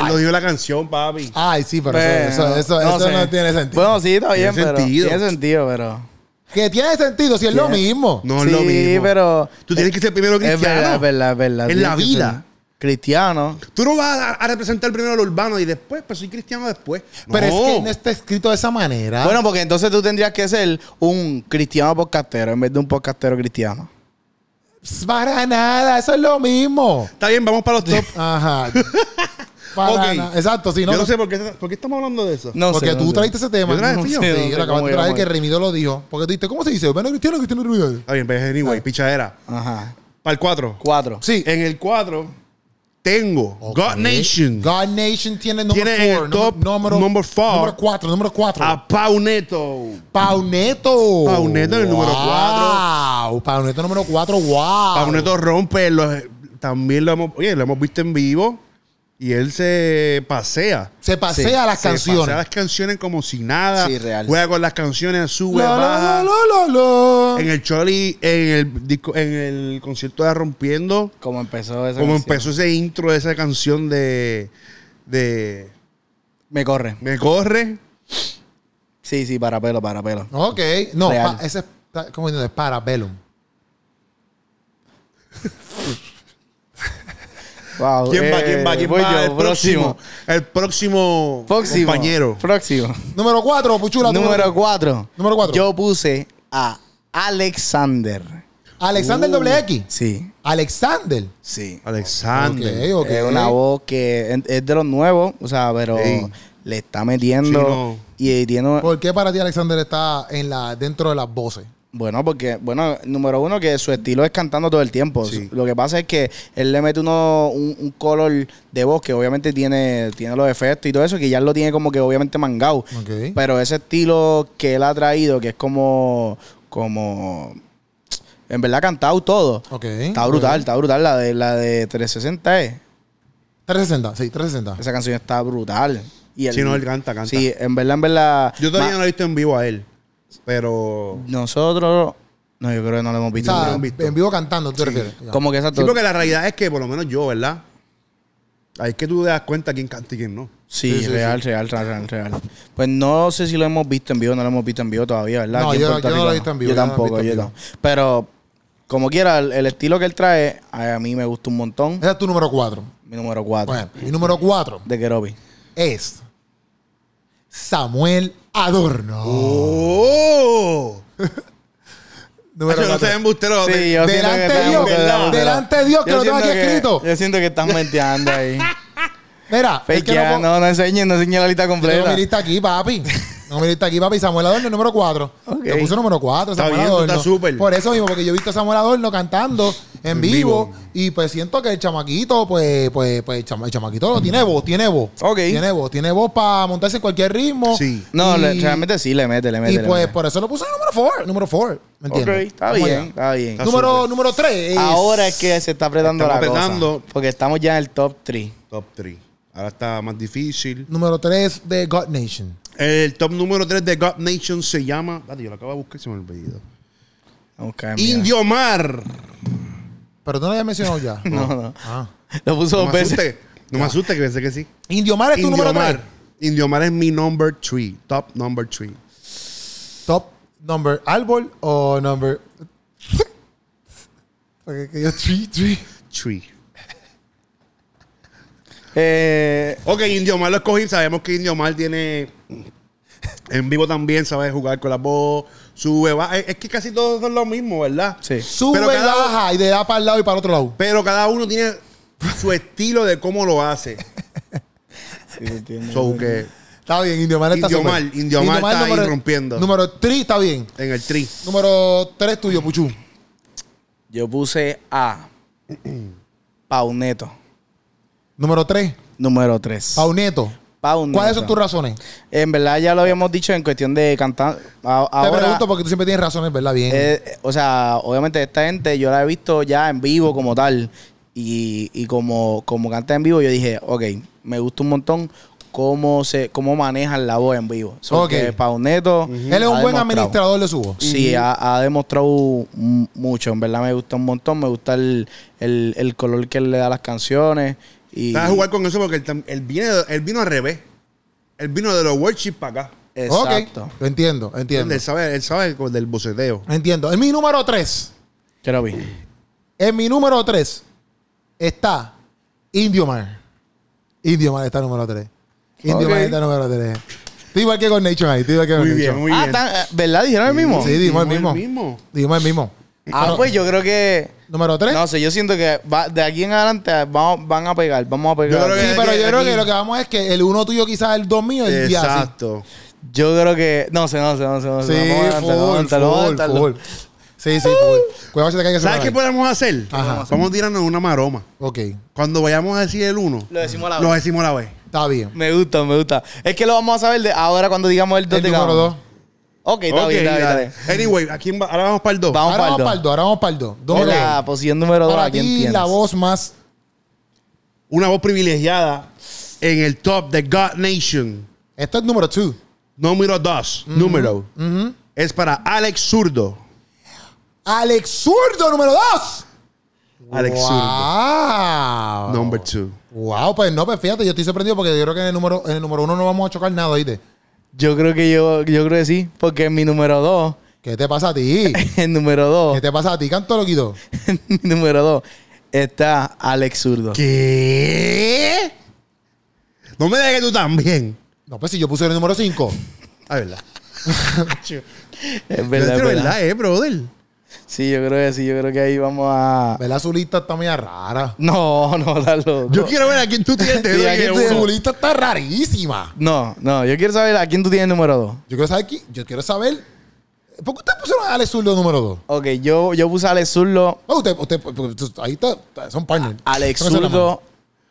Speaker 2: Ay.
Speaker 1: lo dijo en la canción, papi.
Speaker 2: Ay, sí, pero
Speaker 3: Bueno,
Speaker 2: eso, eso, eso, eso
Speaker 3: sé.
Speaker 2: no tiene sentido.
Speaker 3: Bueno, sí, está
Speaker 1: Tiene
Speaker 3: bien, pero.
Speaker 1: sentido.
Speaker 3: Tiene sentido, pero.
Speaker 2: Que tiene sentido si es lo mismo.
Speaker 1: No es lo
Speaker 3: Sí,
Speaker 1: mismo.
Speaker 3: pero-
Speaker 1: Tú tienes que ser primero
Speaker 3: Es
Speaker 1: cristiano.
Speaker 3: verdad, es verdad, es verdad.
Speaker 1: En
Speaker 3: Tiene
Speaker 1: la
Speaker 3: que
Speaker 1: vida.
Speaker 3: ser Cristiano.
Speaker 1: Tú no vas a, a representar primero lo urbano y después, pues soy cristiano después.
Speaker 2: Pero es que este-
Speaker 1: No.
Speaker 2: no está escrito de esa
Speaker 1: Ah.
Speaker 2: manera.
Speaker 3: Bueno, porque entonces tú tendrías que ser un cristiano podcastero en vez de un podcastero cristiano.
Speaker 2: para nada, eso es lo mismo.
Speaker 1: Está bien, vamos para los top.
Speaker 2: Ajá. Para
Speaker 1: Ok.
Speaker 2: nada. Exacto, si no.
Speaker 1: Yo no sé por qué, por qué estamos hablando de eso.
Speaker 3: No
Speaker 2: porque
Speaker 3: sé, no
Speaker 2: tú
Speaker 3: sé.
Speaker 2: traiste ese tema.
Speaker 1: Yo traje,
Speaker 2: sí,
Speaker 1: tío.
Speaker 2: sí,
Speaker 3: Sí, no
Speaker 2: yo
Speaker 3: sé
Speaker 2: lo acabas
Speaker 3: cómo
Speaker 2: de traer
Speaker 3: íbamos
Speaker 2: que
Speaker 3: ahí.
Speaker 2: Remido lo dijo. Porque tú dijiste, ¿cómo se dice? Bueno, cristiano, cristiano, cristiano.
Speaker 1: Está bien, pero anyway, pichadera.
Speaker 3: Ajá.
Speaker 1: Para el 4.
Speaker 3: Cuatro.
Speaker 2: Sí.
Speaker 1: En el 4 tengo
Speaker 2: Ok.
Speaker 1: God Nation
Speaker 2: God Nation tiene número
Speaker 1: Tiene en el
Speaker 2: 4.
Speaker 1: top number four.
Speaker 2: Número 4, número 4.
Speaker 1: a Pau Neto.
Speaker 2: Pauneto.
Speaker 1: Pauneto en el número cuatro.
Speaker 2: Wow. Pauneto número 4, wow.
Speaker 1: Pau Neto rompe. los- también lo hemos, oye, lo hemos visto en vivo y él se pasea.
Speaker 2: Se pasea las
Speaker 1: se
Speaker 2: canciones.
Speaker 1: pasea las canciones como si nada.
Speaker 3: Sí, real.
Speaker 1: Juega con las canciones, sube,
Speaker 2: La, la,
Speaker 1: baja.
Speaker 2: la, la, la, la.
Speaker 1: En el Choli, en el disco, en el concierto de Rompiendo,
Speaker 3: Como empezó esa
Speaker 1: como
Speaker 3: canción.
Speaker 1: empezó ese intro de esa canción de, de
Speaker 3: Me corre.
Speaker 1: Me corre.
Speaker 3: Sí, sí, para pelo, para pelo.
Speaker 2: Ok. No,
Speaker 3: Real.
Speaker 2: pa- ese es, pa- ¿cómo diciendo? Es para Bellum.
Speaker 3: Wow.
Speaker 1: ¿Quién va?
Speaker 3: eh,
Speaker 1: ¿Quién va? ¿Quién
Speaker 3: voy
Speaker 1: va?
Speaker 3: yo,
Speaker 1: el próximo. El próximo
Speaker 3: Próximo.
Speaker 1: compañero.
Speaker 3: Próximo.
Speaker 2: Número 4, Puchula. tú-
Speaker 3: Número 4.
Speaker 2: Número cuatro.
Speaker 3: Yo puse a Alexander.
Speaker 2: Alexander doble X.
Speaker 3: Sí,
Speaker 2: Alexander.
Speaker 3: sí.
Speaker 1: Alexander.
Speaker 2: Ok, ok.
Speaker 3: Es una voz que en- es de los nuevos, o sea, pero
Speaker 1: Sí.
Speaker 3: le está metiendo
Speaker 1: Sí, no.
Speaker 3: y tiene
Speaker 2: ¿Por qué para ti Alexander está en la, dentro de las voces?
Speaker 3: bueno, porque bueno, número uno que su estilo es cantando todo el tiempo.
Speaker 1: Sí.
Speaker 3: Lo que pasa es que él le mete uno un, un color de voz que obviamente tiene tiene los efectos y todo eso que ya lo tiene como que obviamente mangado.
Speaker 2: Ok.
Speaker 3: Pero ese estilo que él ha traído que es como como en verdad cantado todo.
Speaker 2: Ok.
Speaker 3: Está brutal, está brutal la de la de 360 es.
Speaker 2: 360, sí, 360.
Speaker 3: Esa canción está brutal. Y
Speaker 1: Sí, no, él canta, canta.
Speaker 3: Sí, en verdad, en verdad.
Speaker 1: Yo todavía no
Speaker 3: ma-
Speaker 1: lo he visto en vivo a él. Pero.
Speaker 3: Nosotros. No, yo creo que no lo hemos
Speaker 2: O
Speaker 3: visto.
Speaker 2: sea,
Speaker 1: han visto.
Speaker 2: en vivo cantando, ¿tú te refieres? Ya.
Speaker 3: Como que esa
Speaker 1: Sí, porque la realidad es que, por lo menos yo, ¿verdad? Ahí es que tú te das cuenta quién canta y quién no.
Speaker 3: Sí,
Speaker 2: Sí, sí,
Speaker 3: real, real, real, real, real. Pues no sé si lo hemos visto en vivo, no lo hemos visto en vivo todavía, ¿verdad?
Speaker 2: No,
Speaker 3: Aquí en
Speaker 2: yo-
Speaker 3: Puerto
Speaker 2: yo no lo he
Speaker 3: Rico
Speaker 2: visto en vivo,
Speaker 3: Yo
Speaker 2: yo no lo he
Speaker 3: tampoco,
Speaker 2: visto en
Speaker 3: yo
Speaker 2: vivo.
Speaker 3: tampoco. Pero, como quiera, el, el estilo que él trae, a mí me gusta un montón.
Speaker 2: Ese es tu número 4.
Speaker 3: Mi número 4
Speaker 2: Bueno, mi número 4
Speaker 3: de Kerobi.
Speaker 2: es Samuel Adorno.
Speaker 1: ¡Oh!
Speaker 2: Número
Speaker 1: Yo no
Speaker 2: cuatro.
Speaker 1: sé embustero.
Speaker 3: Sí,
Speaker 1: de-
Speaker 3: yo siento
Speaker 2: Delante
Speaker 3: que
Speaker 2: de
Speaker 3: estamos
Speaker 2: Dios,
Speaker 3: perdidos,
Speaker 2: delante de
Speaker 3: pero-
Speaker 2: Dios, que
Speaker 3: Yo
Speaker 2: lo tengo
Speaker 3: siento
Speaker 2: aquí
Speaker 3: que-
Speaker 2: escrito.
Speaker 3: Yo siento que estás menteando ahí.
Speaker 2: Mira, es que no
Speaker 3: Fakeando,
Speaker 2: puedo-
Speaker 3: no, no enseñes, no enseñes la lista
Speaker 2: Yo tengo mi
Speaker 3: completa.
Speaker 2: lista aquí, papi. Tengo mi lista aquí, papi. Samuel Adorno, número 4.
Speaker 3: Ok.
Speaker 2: Te puse número 4,
Speaker 1: Está
Speaker 2: Samuel
Speaker 1: bien, tú
Speaker 2: Adorno.
Speaker 1: estás súper.
Speaker 2: Por eso mismo, porque yo he visto a Samuel Adorno cantando en
Speaker 1: En
Speaker 2: vivo.
Speaker 1: vivo.
Speaker 2: Y pues siento que el chamaquito, pues, pues, pues el, chama- el chamaquito lo tiene voz, tiene voz.
Speaker 3: Ok.
Speaker 2: Tiene voz, tiene voz para montarse en cualquier ritmo.
Speaker 1: Sí.
Speaker 3: No,
Speaker 2: Y-
Speaker 3: le- realmente sí, le mete, le mete.
Speaker 2: Y
Speaker 3: le
Speaker 2: pues
Speaker 3: mete.
Speaker 2: por eso lo puse en número 4, número 4, ¿me entiendes?
Speaker 3: Ok, está
Speaker 2: Vamos
Speaker 3: bien,
Speaker 2: allá.
Speaker 3: está bien.
Speaker 2: Número, número 3.
Speaker 3: Ahora es que se está apretando
Speaker 1: Estamos
Speaker 3: la cosa.
Speaker 1: apretando.
Speaker 3: Porque estamos ya en el top 3.
Speaker 1: Top 3. Ahora está más difícil.
Speaker 2: Número 3 de God Nation.
Speaker 1: El top número 3 de God Nation se llama. Espérate, yo lo acabo de buscar y se me olvidó. Indio Mar.
Speaker 2: Pero tú no lo habías mencionado ya.
Speaker 3: No, no.
Speaker 2: Ah.
Speaker 3: Lo puso
Speaker 1: No
Speaker 3: dos
Speaker 1: me
Speaker 3: veces.
Speaker 1: asuste. No me asuste que pensé que sí.
Speaker 2: Indio Mar es tu
Speaker 1: Indio
Speaker 2: número 3.
Speaker 1: Mar. Indio Mar es mi number 3. Top number 3.
Speaker 2: Top number árbol o number. Porque que yo tree, tree.
Speaker 1: 3.
Speaker 3: Eh,
Speaker 1: Ok, Indio Mar lo escogí. Sabemos que Indio Mar tiene. En vivo también sabe jugar con la voz. Sube, baja. Es es que casi todos son lo mismo, ¿verdad?
Speaker 3: sí.
Speaker 2: Sube
Speaker 1: Pero
Speaker 2: y
Speaker 1: cada-
Speaker 2: baja y de da para el lado y para el otro lado.
Speaker 1: Pero cada uno tiene su estilo de cómo lo hace.
Speaker 3: Sí, se entiende.
Speaker 1: So que
Speaker 2: Está bien, Indio Mal está
Speaker 1: Indio
Speaker 2: super.
Speaker 1: Mal, Indio Mal está ahí
Speaker 2: número-
Speaker 1: rompiendo.
Speaker 2: Número 3 está bien.
Speaker 1: en el tri.
Speaker 2: Número 3 tuyo, Puchu.
Speaker 3: Yo puse a Pauneto,
Speaker 2: Número 3,
Speaker 3: número 3.
Speaker 2: Pauneto.
Speaker 3: Pauneto.
Speaker 2: ¿Cuáles son tus razones?
Speaker 3: En verdad ya lo habíamos dicho en cuestión de cantar. A-
Speaker 2: Te
Speaker 3: Ahora,
Speaker 2: pregunto porque tú siempre tienes razones, ¿verdad? Bien.
Speaker 3: eh, o sea, obviamente esta gente yo la he visto ya en vivo como tal. Y, y como, como canta en vivo, yo dije, ok, me gusta un montón cómo se cómo manejan la voz en vivo. So
Speaker 2: Ok.
Speaker 3: que Pauneto.
Speaker 2: Él es un
Speaker 3: ha
Speaker 2: buen
Speaker 3: demostrado.
Speaker 2: administrador de su voz.
Speaker 3: Sí, ha, ha demostrado m- mucho. En verdad me gusta un montón. Me gusta el, el- el color que él le da a las canciones. Y,
Speaker 1: Vas a jugar con eso porque él, tam- él viene, él vino al revés. Él vino de los worship para acá.
Speaker 3: Exacto.
Speaker 2: Ok, lo entiendo, entiendo.
Speaker 1: Él sabe, él sabe con- del boceteo.
Speaker 2: Entiendo. En mi número 3,
Speaker 3: Yo lo vi.
Speaker 2: en mi número 3 está Indio Man. Indio Man está número 3. Indio
Speaker 3: Ok.
Speaker 2: Man está número 3. Estoy igual que con Nation ahí. Estoy igual que con
Speaker 1: Muy
Speaker 2: Nation.
Speaker 1: bien, muy
Speaker 3: ah,
Speaker 1: bien.
Speaker 3: tan- eh, ¿verdad? ¿Dijeron el mismo?
Speaker 2: Sí, dimos el mismo.
Speaker 1: mismo.
Speaker 2: Dijimos el mismo.
Speaker 3: Ah, pues yo creo que...
Speaker 2: Número 3.
Speaker 3: No sé, yo siento que va- de aquí en adelante vamos, van a pegar, vamos a pegar.
Speaker 1: Yo
Speaker 3: Yo
Speaker 1: creo
Speaker 2: sí,
Speaker 1: que-
Speaker 2: pero yo creo
Speaker 1: aquí-
Speaker 2: que lo que vamos es que el uno tuyo quizás el dos mío el día así.
Speaker 1: Exacto.
Speaker 3: No sé, no sé, no sé. No sé. Vamos a
Speaker 2: Sí,
Speaker 3: adelantarlo,
Speaker 2: full,
Speaker 3: vamos a
Speaker 2: full,
Speaker 3: adelantarlo.
Speaker 2: full. Sí, sí, full. Cuidado que se te caiga ese
Speaker 1: ¿Sabes qué
Speaker 2: brazo.
Speaker 1: podemos hacer?
Speaker 2: Ajá.
Speaker 1: Vamos a tirarnos una maroma.
Speaker 2: Ok,
Speaker 1: Cuando vayamos a decir el uno,
Speaker 3: Lo decimos a la
Speaker 1: lo
Speaker 3: vez.
Speaker 1: decimos a la vez.
Speaker 2: está bien.
Speaker 3: Me gusta, me gusta. Es que lo vamos a saber de ahora cuando digamos el 2
Speaker 2: El
Speaker 3: de
Speaker 2: número
Speaker 3: cada uno.
Speaker 2: 2.
Speaker 3: Ok, está
Speaker 1: Ok,
Speaker 3: bien, está bien, está
Speaker 1: dale.
Speaker 3: bien.
Speaker 1: Anyway, ¿a quién va? ahora vamos para el dos.
Speaker 3: Vamos.
Speaker 2: Ahora vamos
Speaker 3: Paldo.
Speaker 2: para el 2, ahora vamos para el 2.
Speaker 3: En la posición número 2,
Speaker 2: Para
Speaker 3: ¿a quién
Speaker 2: ti
Speaker 3: tienes?
Speaker 2: la voz más
Speaker 1: Una voz privilegiada en el top de God Nation.
Speaker 2: Esto es número 2.
Speaker 1: Número dos. Número. Es para Alex Zurdo.
Speaker 2: Alex Zurdo, número 2.
Speaker 1: Alex Zurdo.
Speaker 2: wow.
Speaker 1: Number two.
Speaker 2: Wow, pues no, pues fíjate, yo estoy sorprendido porque yo creo que en el número, en el número uno no vamos a chocar nada, ¿oíste?
Speaker 3: Yo creo que yo, yo creo que sí, porque en mi número 2,
Speaker 2: ¿Qué te pasa a ti?
Speaker 3: el número 2,
Speaker 2: ¿Qué te pasa a ti, canto loquito?
Speaker 3: mi número 2 está Alex Zurdo.
Speaker 1: ¿Qué? No me digas que tú también.
Speaker 2: No, pues si yo puse el número 5.
Speaker 1: Ah, verdad.
Speaker 3: Es
Speaker 1: Pero
Speaker 3: verdad,
Speaker 1: es
Speaker 3: es verdad.
Speaker 1: verdad, eh, brother.
Speaker 3: Sí, yo creo que sí, yo creo que ahí vamos a
Speaker 2: ¿Verdad? Su lista está media rara.
Speaker 3: No, no, está loco.
Speaker 1: Yo quiero ver a quién tú tienes.
Speaker 3: Sí, a
Speaker 1: de
Speaker 3: quién
Speaker 1: uno.
Speaker 3: tú-
Speaker 2: Su lista Este está rarísima.
Speaker 3: No, no, yo quiero saber a quién tú tienes número 2.
Speaker 2: Yo quiero saber, qui- yo quiero saber ¿por qué usted pusieron a Alex Zurdo número 2?
Speaker 3: Ok, yo, yo puse a Alex Zurdo.
Speaker 2: usted, usted, usted- ahí está, está- son partners.
Speaker 3: Alex
Speaker 2: Son esas las manos.
Speaker 3: Zurdo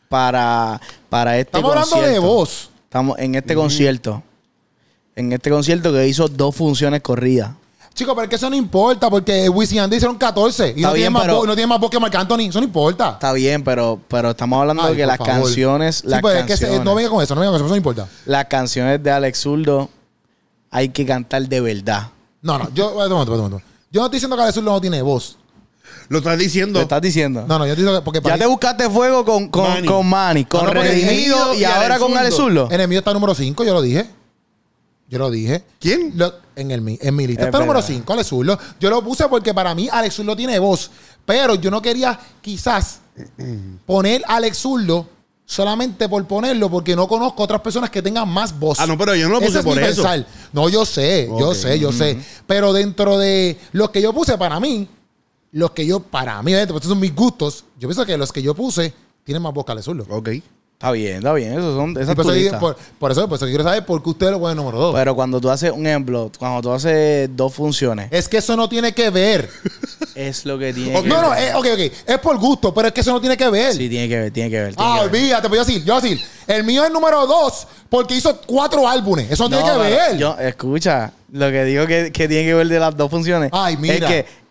Speaker 3: para, para este
Speaker 2: Estamos
Speaker 3: concierto.
Speaker 2: hablando de voz.
Speaker 3: Estamos en este concierto. En este concierto que hizo dos funciones corridas.
Speaker 2: Chicos, pero es que eso no importa porque Wisin y Andy hicieron 14 y
Speaker 3: Está
Speaker 2: no, tiene
Speaker 3: bien,
Speaker 2: más
Speaker 3: pero-
Speaker 2: voz, no tiene más voz que Marc Anthony. Eso no importa.
Speaker 3: Está bien, pero, pero estamos hablando
Speaker 2: Ay,
Speaker 3: de que
Speaker 2: por
Speaker 3: las
Speaker 2: favor.
Speaker 3: canciones,
Speaker 2: Sí,
Speaker 3: las
Speaker 2: pues, es que se-
Speaker 3: canciones,
Speaker 2: no venga con eso, no venga con eso, eso no importa.
Speaker 3: las canciones de Alex Zurdo hay que cantar de verdad.
Speaker 2: No, no, yo, espérate un momento, espérate un momento. Yo no estoy diciendo que Alex Zurdo no tiene voz.
Speaker 1: Lo estás
Speaker 3: ¿Lo
Speaker 1: diciendo.
Speaker 3: estás diciendo?
Speaker 2: No, no, yo estoy diciendo que porque
Speaker 3: Ya te buscaste fuego con, con,
Speaker 1: Manny.
Speaker 3: con Manny, con
Speaker 2: No, no, porque
Speaker 3: Redimido
Speaker 1: Redimido
Speaker 3: y,
Speaker 1: y
Speaker 3: ahora
Speaker 1: Alex
Speaker 3: con
Speaker 1: Zurdo.
Speaker 3: Alex Zurdo.
Speaker 2: En el mío está número 5, yo lo dije. Yo lo dije.
Speaker 1: ¿Quién?
Speaker 2: Lo- en, el, mi- en mi lista
Speaker 3: Es
Speaker 2: está número
Speaker 3: verdad.
Speaker 2: 5, Alex Zurdo. Yo lo puse porque para mí Alex Zurdo tiene voz. Pero yo no quería quizás poner Alex Zurdo solamente por ponerlo porque no conozco otras personas que tengan más voz.
Speaker 1: Ah, no, pero yo no lo
Speaker 2: Ese
Speaker 1: puse
Speaker 2: es mi
Speaker 1: por eso.
Speaker 2: pensar. No, yo sé, yo
Speaker 1: Ok.
Speaker 2: sé, yo sé. Pero dentro de los que yo puse para mí, los que yo, para mí, obviamente, pues, estos son mis gustos, yo pienso que los que yo puse tienen más voz que Alex Zurdo.
Speaker 1: Ok.
Speaker 3: Está bien, está bien. Esos son, esas
Speaker 2: Sí, por, eso,
Speaker 3: tu
Speaker 2: digo-
Speaker 3: lista.
Speaker 2: pues por- por eso, por eso quiero saber por qué usted lo pone número dos. Eh.
Speaker 3: Pero cuando tú haces un ejemplo, cuando tú haces dos funciones,
Speaker 2: es que eso no tiene que ver.
Speaker 3: Es lo que tiene
Speaker 1: Ok.
Speaker 3: que
Speaker 2: No,
Speaker 3: ver.
Speaker 2: no, eh, ok, ok. Es por gusto, pero es que eso no tiene que ver.
Speaker 3: Sí, tiene que ver, tiene que ver. tiene
Speaker 2: ah,
Speaker 3: que ver.
Speaker 2: olvídate, voy a decir, yo voy a decir, el mío es número dos porque hizo cuatro álbumes. Eso no, tiene que
Speaker 3: pero
Speaker 2: ver.
Speaker 3: Yo, escucha, lo que digo que, que tiene que ver de las dos funciones.
Speaker 2: Ay, mira.
Speaker 3: Es que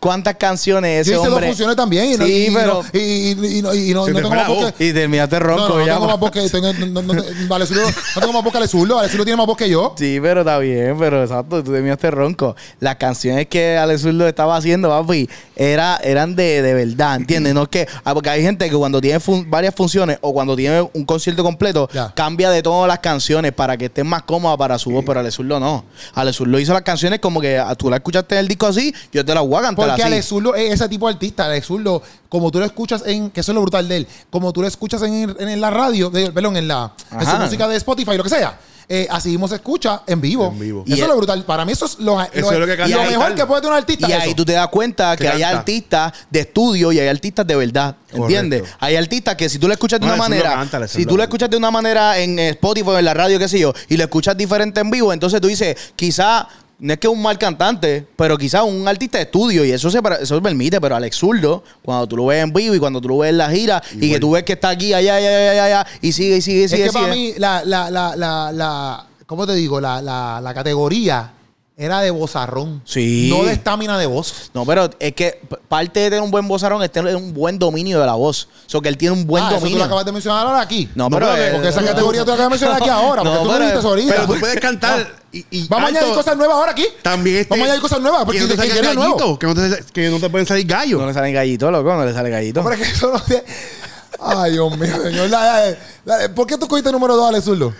Speaker 3: cuántas canciones ese
Speaker 2: yo hice
Speaker 3: hombre.
Speaker 2: dos funciones también y no,
Speaker 3: sí,
Speaker 2: y,
Speaker 3: pero.
Speaker 2: no, y, y- y no- y no-
Speaker 1: Se te
Speaker 2: no tengo
Speaker 1: fue
Speaker 2: más
Speaker 1: la
Speaker 2: voz
Speaker 1: voz.
Speaker 2: que-
Speaker 3: Y
Speaker 2: No,
Speaker 3: terminaste
Speaker 2: no,
Speaker 3: ronco
Speaker 2: no
Speaker 3: ya.
Speaker 2: tengo
Speaker 3: ma.
Speaker 2: más voz que tengo, no, no, no, vale, Zurdo, no tengo más voz que Ale Zurdo. Ale Zurdo tiene más voz que yo.
Speaker 3: Sí, pero está bien, pero exacto, tú terminaste ronco. Las canciones que Ale Zurdo estaba haciendo, papi, era, eran de, de verdad, ¿entiendes? No es que, ah, porque hay gente que cuando tiene fun- varias funciones o cuando tiene un concierto completo,
Speaker 2: Ya.
Speaker 3: cambia de todas las canciones para que estén más cómodas para su voz, pero Ale Zurdo no. Ale Zurdo hizo las canciones como que ah, tú la escuchaste en el disco así, yo te la voy a cantar
Speaker 2: Porque
Speaker 3: así.
Speaker 2: Ale Zurdo es ese tipo de artista. Ale Zurdo, como tú lo escuchas en, que eso es lo brutal de él, como tú lo escuchas en, en- en la radio, de- perdón, en la en su
Speaker 3: Ajá.
Speaker 2: música de Spotify, lo que sea. eh, así mismo se escucha en vivo.
Speaker 1: En vivo.
Speaker 2: Eso
Speaker 3: Y e-
Speaker 2: es
Speaker 3: el-
Speaker 2: lo brutal. Para mí eso es lo,
Speaker 1: Eso es lo que canta
Speaker 2: lo
Speaker 1: el
Speaker 2: mejor
Speaker 1: tal.
Speaker 2: que puede tener un artista.
Speaker 3: Y
Speaker 2: es
Speaker 3: ahí
Speaker 2: eso.
Speaker 3: tú te das cuenta que
Speaker 1: Que
Speaker 3: hay
Speaker 1: canta.
Speaker 3: artistas de estudio y hay artistas de verdad. ¿Entiendes?
Speaker 1: Correcto.
Speaker 3: Hay artistas que si tú le escuchas de
Speaker 1: No, eso
Speaker 3: una
Speaker 1: es lo
Speaker 3: manera,
Speaker 1: que canta, eso
Speaker 3: si
Speaker 1: es
Speaker 3: tú
Speaker 1: lo
Speaker 3: le
Speaker 1: que-
Speaker 3: escuchas de una manera en eh, Spotify, en la radio, qué sé yo, y le escuchas diferente en vivo, entonces tú dices, quizá no es que es un mal cantante, pero quizá un artista de estudio y eso se para- eso se permite, pero Alex Zurdo, cuando tú lo ves en vivo y cuando tú lo ves en la gira y que tú ves que está aquí, allá, allá, allá, allá, allá, y sigue, y sigue, y
Speaker 2: Es
Speaker 3: sigue.
Speaker 2: que para
Speaker 3: sigue.
Speaker 2: mí, la, la, la, la, la- ¿cómo te digo? La, la, la categoría era de bozarrón.
Speaker 3: Sí.
Speaker 2: No de estamina de voz.
Speaker 3: No, pero es que p- parte de tener un buen vozarón es tener un buen dominio de la voz. O sea, que él tiene un buen
Speaker 2: Ah, eso tú lo
Speaker 3: dominio.
Speaker 2: acabas de mencionar ahora aquí.
Speaker 3: No, pero, eh,
Speaker 2: porque esa
Speaker 3: no.
Speaker 2: categoría tú la acabas de mencionar aquí ahora. Porque
Speaker 3: No,
Speaker 2: tú lo
Speaker 3: pero-
Speaker 2: dijiste eso ahorita.
Speaker 1: Pero tú puedes cantar y, y
Speaker 2: Vamos a
Speaker 1: alto.
Speaker 2: añadir cosas nuevas ahora aquí.
Speaker 1: También este-
Speaker 2: Vamos a añadir cosas nuevas. Porque
Speaker 1: que no te
Speaker 2: que
Speaker 1: salgan
Speaker 2: viene nuevo.
Speaker 1: gallitos, que no te, que no te pueden salir gallos.
Speaker 3: No le salen gallitos, loco, no le sale gallito.
Speaker 2: Hombre, que eso no te- Ay, Dios mío, señor. La- la- la- ¿Por qué tú cogiste el número 2, Ale Zurdo?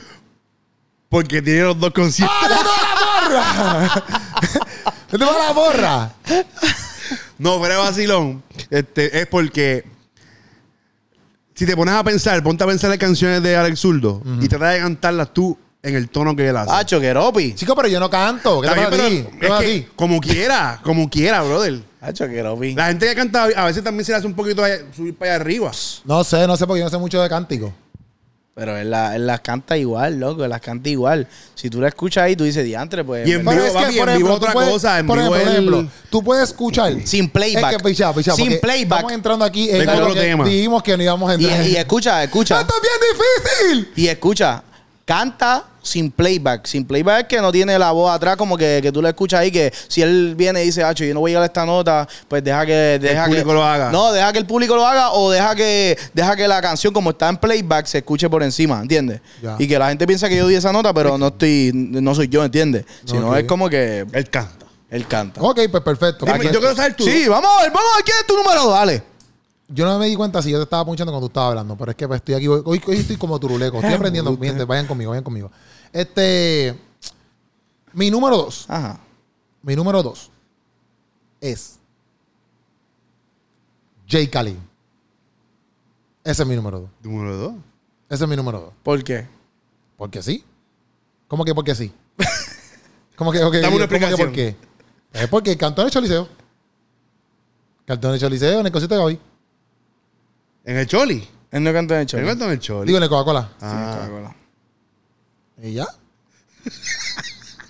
Speaker 1: Porque tiene los dos conciertos.
Speaker 2: ¡Ah, ¡Te va la borra!
Speaker 1: No, fuera de vacilón. Este, es porque. Si te pones a pensar, ponte a pensar en canciones de Alex Zurdo y trata de cantarlas tú en el tono que él hace.
Speaker 3: Ah, Choqueropi.
Speaker 2: Chico, pero yo no canto. ¿Qué te
Speaker 1: Está
Speaker 2: pasa a ti?
Speaker 1: bien,
Speaker 2: ¿Qué te
Speaker 1: pero
Speaker 2: pasa a
Speaker 1: es que
Speaker 2: ti?
Speaker 1: como quiera, como quiera, brother.
Speaker 3: Ah, Choqueropi.
Speaker 1: La gente que canta a veces también se le hace un poquito a- subir para allá arriba.
Speaker 2: No sé, no sé porque yo no sé mucho de cántico.
Speaker 3: Pero él las él las canta igual, loco, él las canta igual. Si tú la escuchas ahí, tú dices, diantre, pues...
Speaker 1: Y en
Speaker 3: verdad".
Speaker 1: vivo, papi, en vivo
Speaker 2: tú
Speaker 1: otra
Speaker 2: puedes-
Speaker 1: cosa, en
Speaker 2: por
Speaker 1: vivo
Speaker 2: ejemplo,
Speaker 1: el-
Speaker 2: por ejemplo, tú puedes escuchar.
Speaker 3: Sin playback.
Speaker 2: Es que, pichá, pichá,
Speaker 3: Sin
Speaker 2: porque
Speaker 3: playback.
Speaker 2: Estamos entrando aquí en
Speaker 1: Venga,
Speaker 2: algo
Speaker 1: otro
Speaker 2: que
Speaker 1: tema.
Speaker 2: dijimos que no íbamos a
Speaker 3: y,
Speaker 2: entrar.
Speaker 3: y escucha, escucha.
Speaker 2: ¡Esto es bien difícil!
Speaker 3: Y escucha, canta sin playback. Sin playback es que no tiene la voz atrás, como que, que tú la escuchas ahí, que si él viene y dice, ah, yo no voy a llegar a esta nota, pues deja que... Deja que-
Speaker 1: público lo haga.
Speaker 3: No, deja que el público lo haga o deja que, deja que la canción, como está en playback, se escuche por encima, ¿entiendes?
Speaker 2: Ya.
Speaker 3: Y que la gente piensa que yo di esa nota, pero no estoy... No soy yo, ¿entiendes? Sino
Speaker 2: Ok.
Speaker 3: es como que
Speaker 1: Él canta.
Speaker 3: él canta.
Speaker 2: Ok, pues perfecto.
Speaker 1: Dime,
Speaker 2: Aquí-
Speaker 1: yo quiero saber tú.
Speaker 3: Sí, vamos a ver, vamos a ver quién es tu número dos, dale.
Speaker 2: Yo no me di cuenta si yo te estaba punchando cuando tú estabas hablando, pero es que pues, estoy aquí. Hoy, hoy estoy como turuleco. Estoy aprendiendo. Miren, vayan conmigo, vayan conmigo. Este. Mi número dos.
Speaker 3: Ajá.
Speaker 2: Mi número dos es. Jay Khalil. Ese es mi número dos.
Speaker 1: Número dos.
Speaker 2: Ese es mi número dos.
Speaker 3: ¿Por qué?
Speaker 2: Porque sí. ¿Cómo que porque sí? ¿Cómo que, okay,
Speaker 1: Dame una
Speaker 2: ¿cómo que
Speaker 1: explicación.
Speaker 2: por qué? Es porque cantó en el Choliseo. Cantó en el Choliseo, en el concierto de Gaby.
Speaker 1: En el Choli.
Speaker 3: Él no canta en el show.
Speaker 1: Él canta en el Choli.
Speaker 2: Digo, en el Coca-Cola.
Speaker 1: Ah.
Speaker 2: ¿Y ya?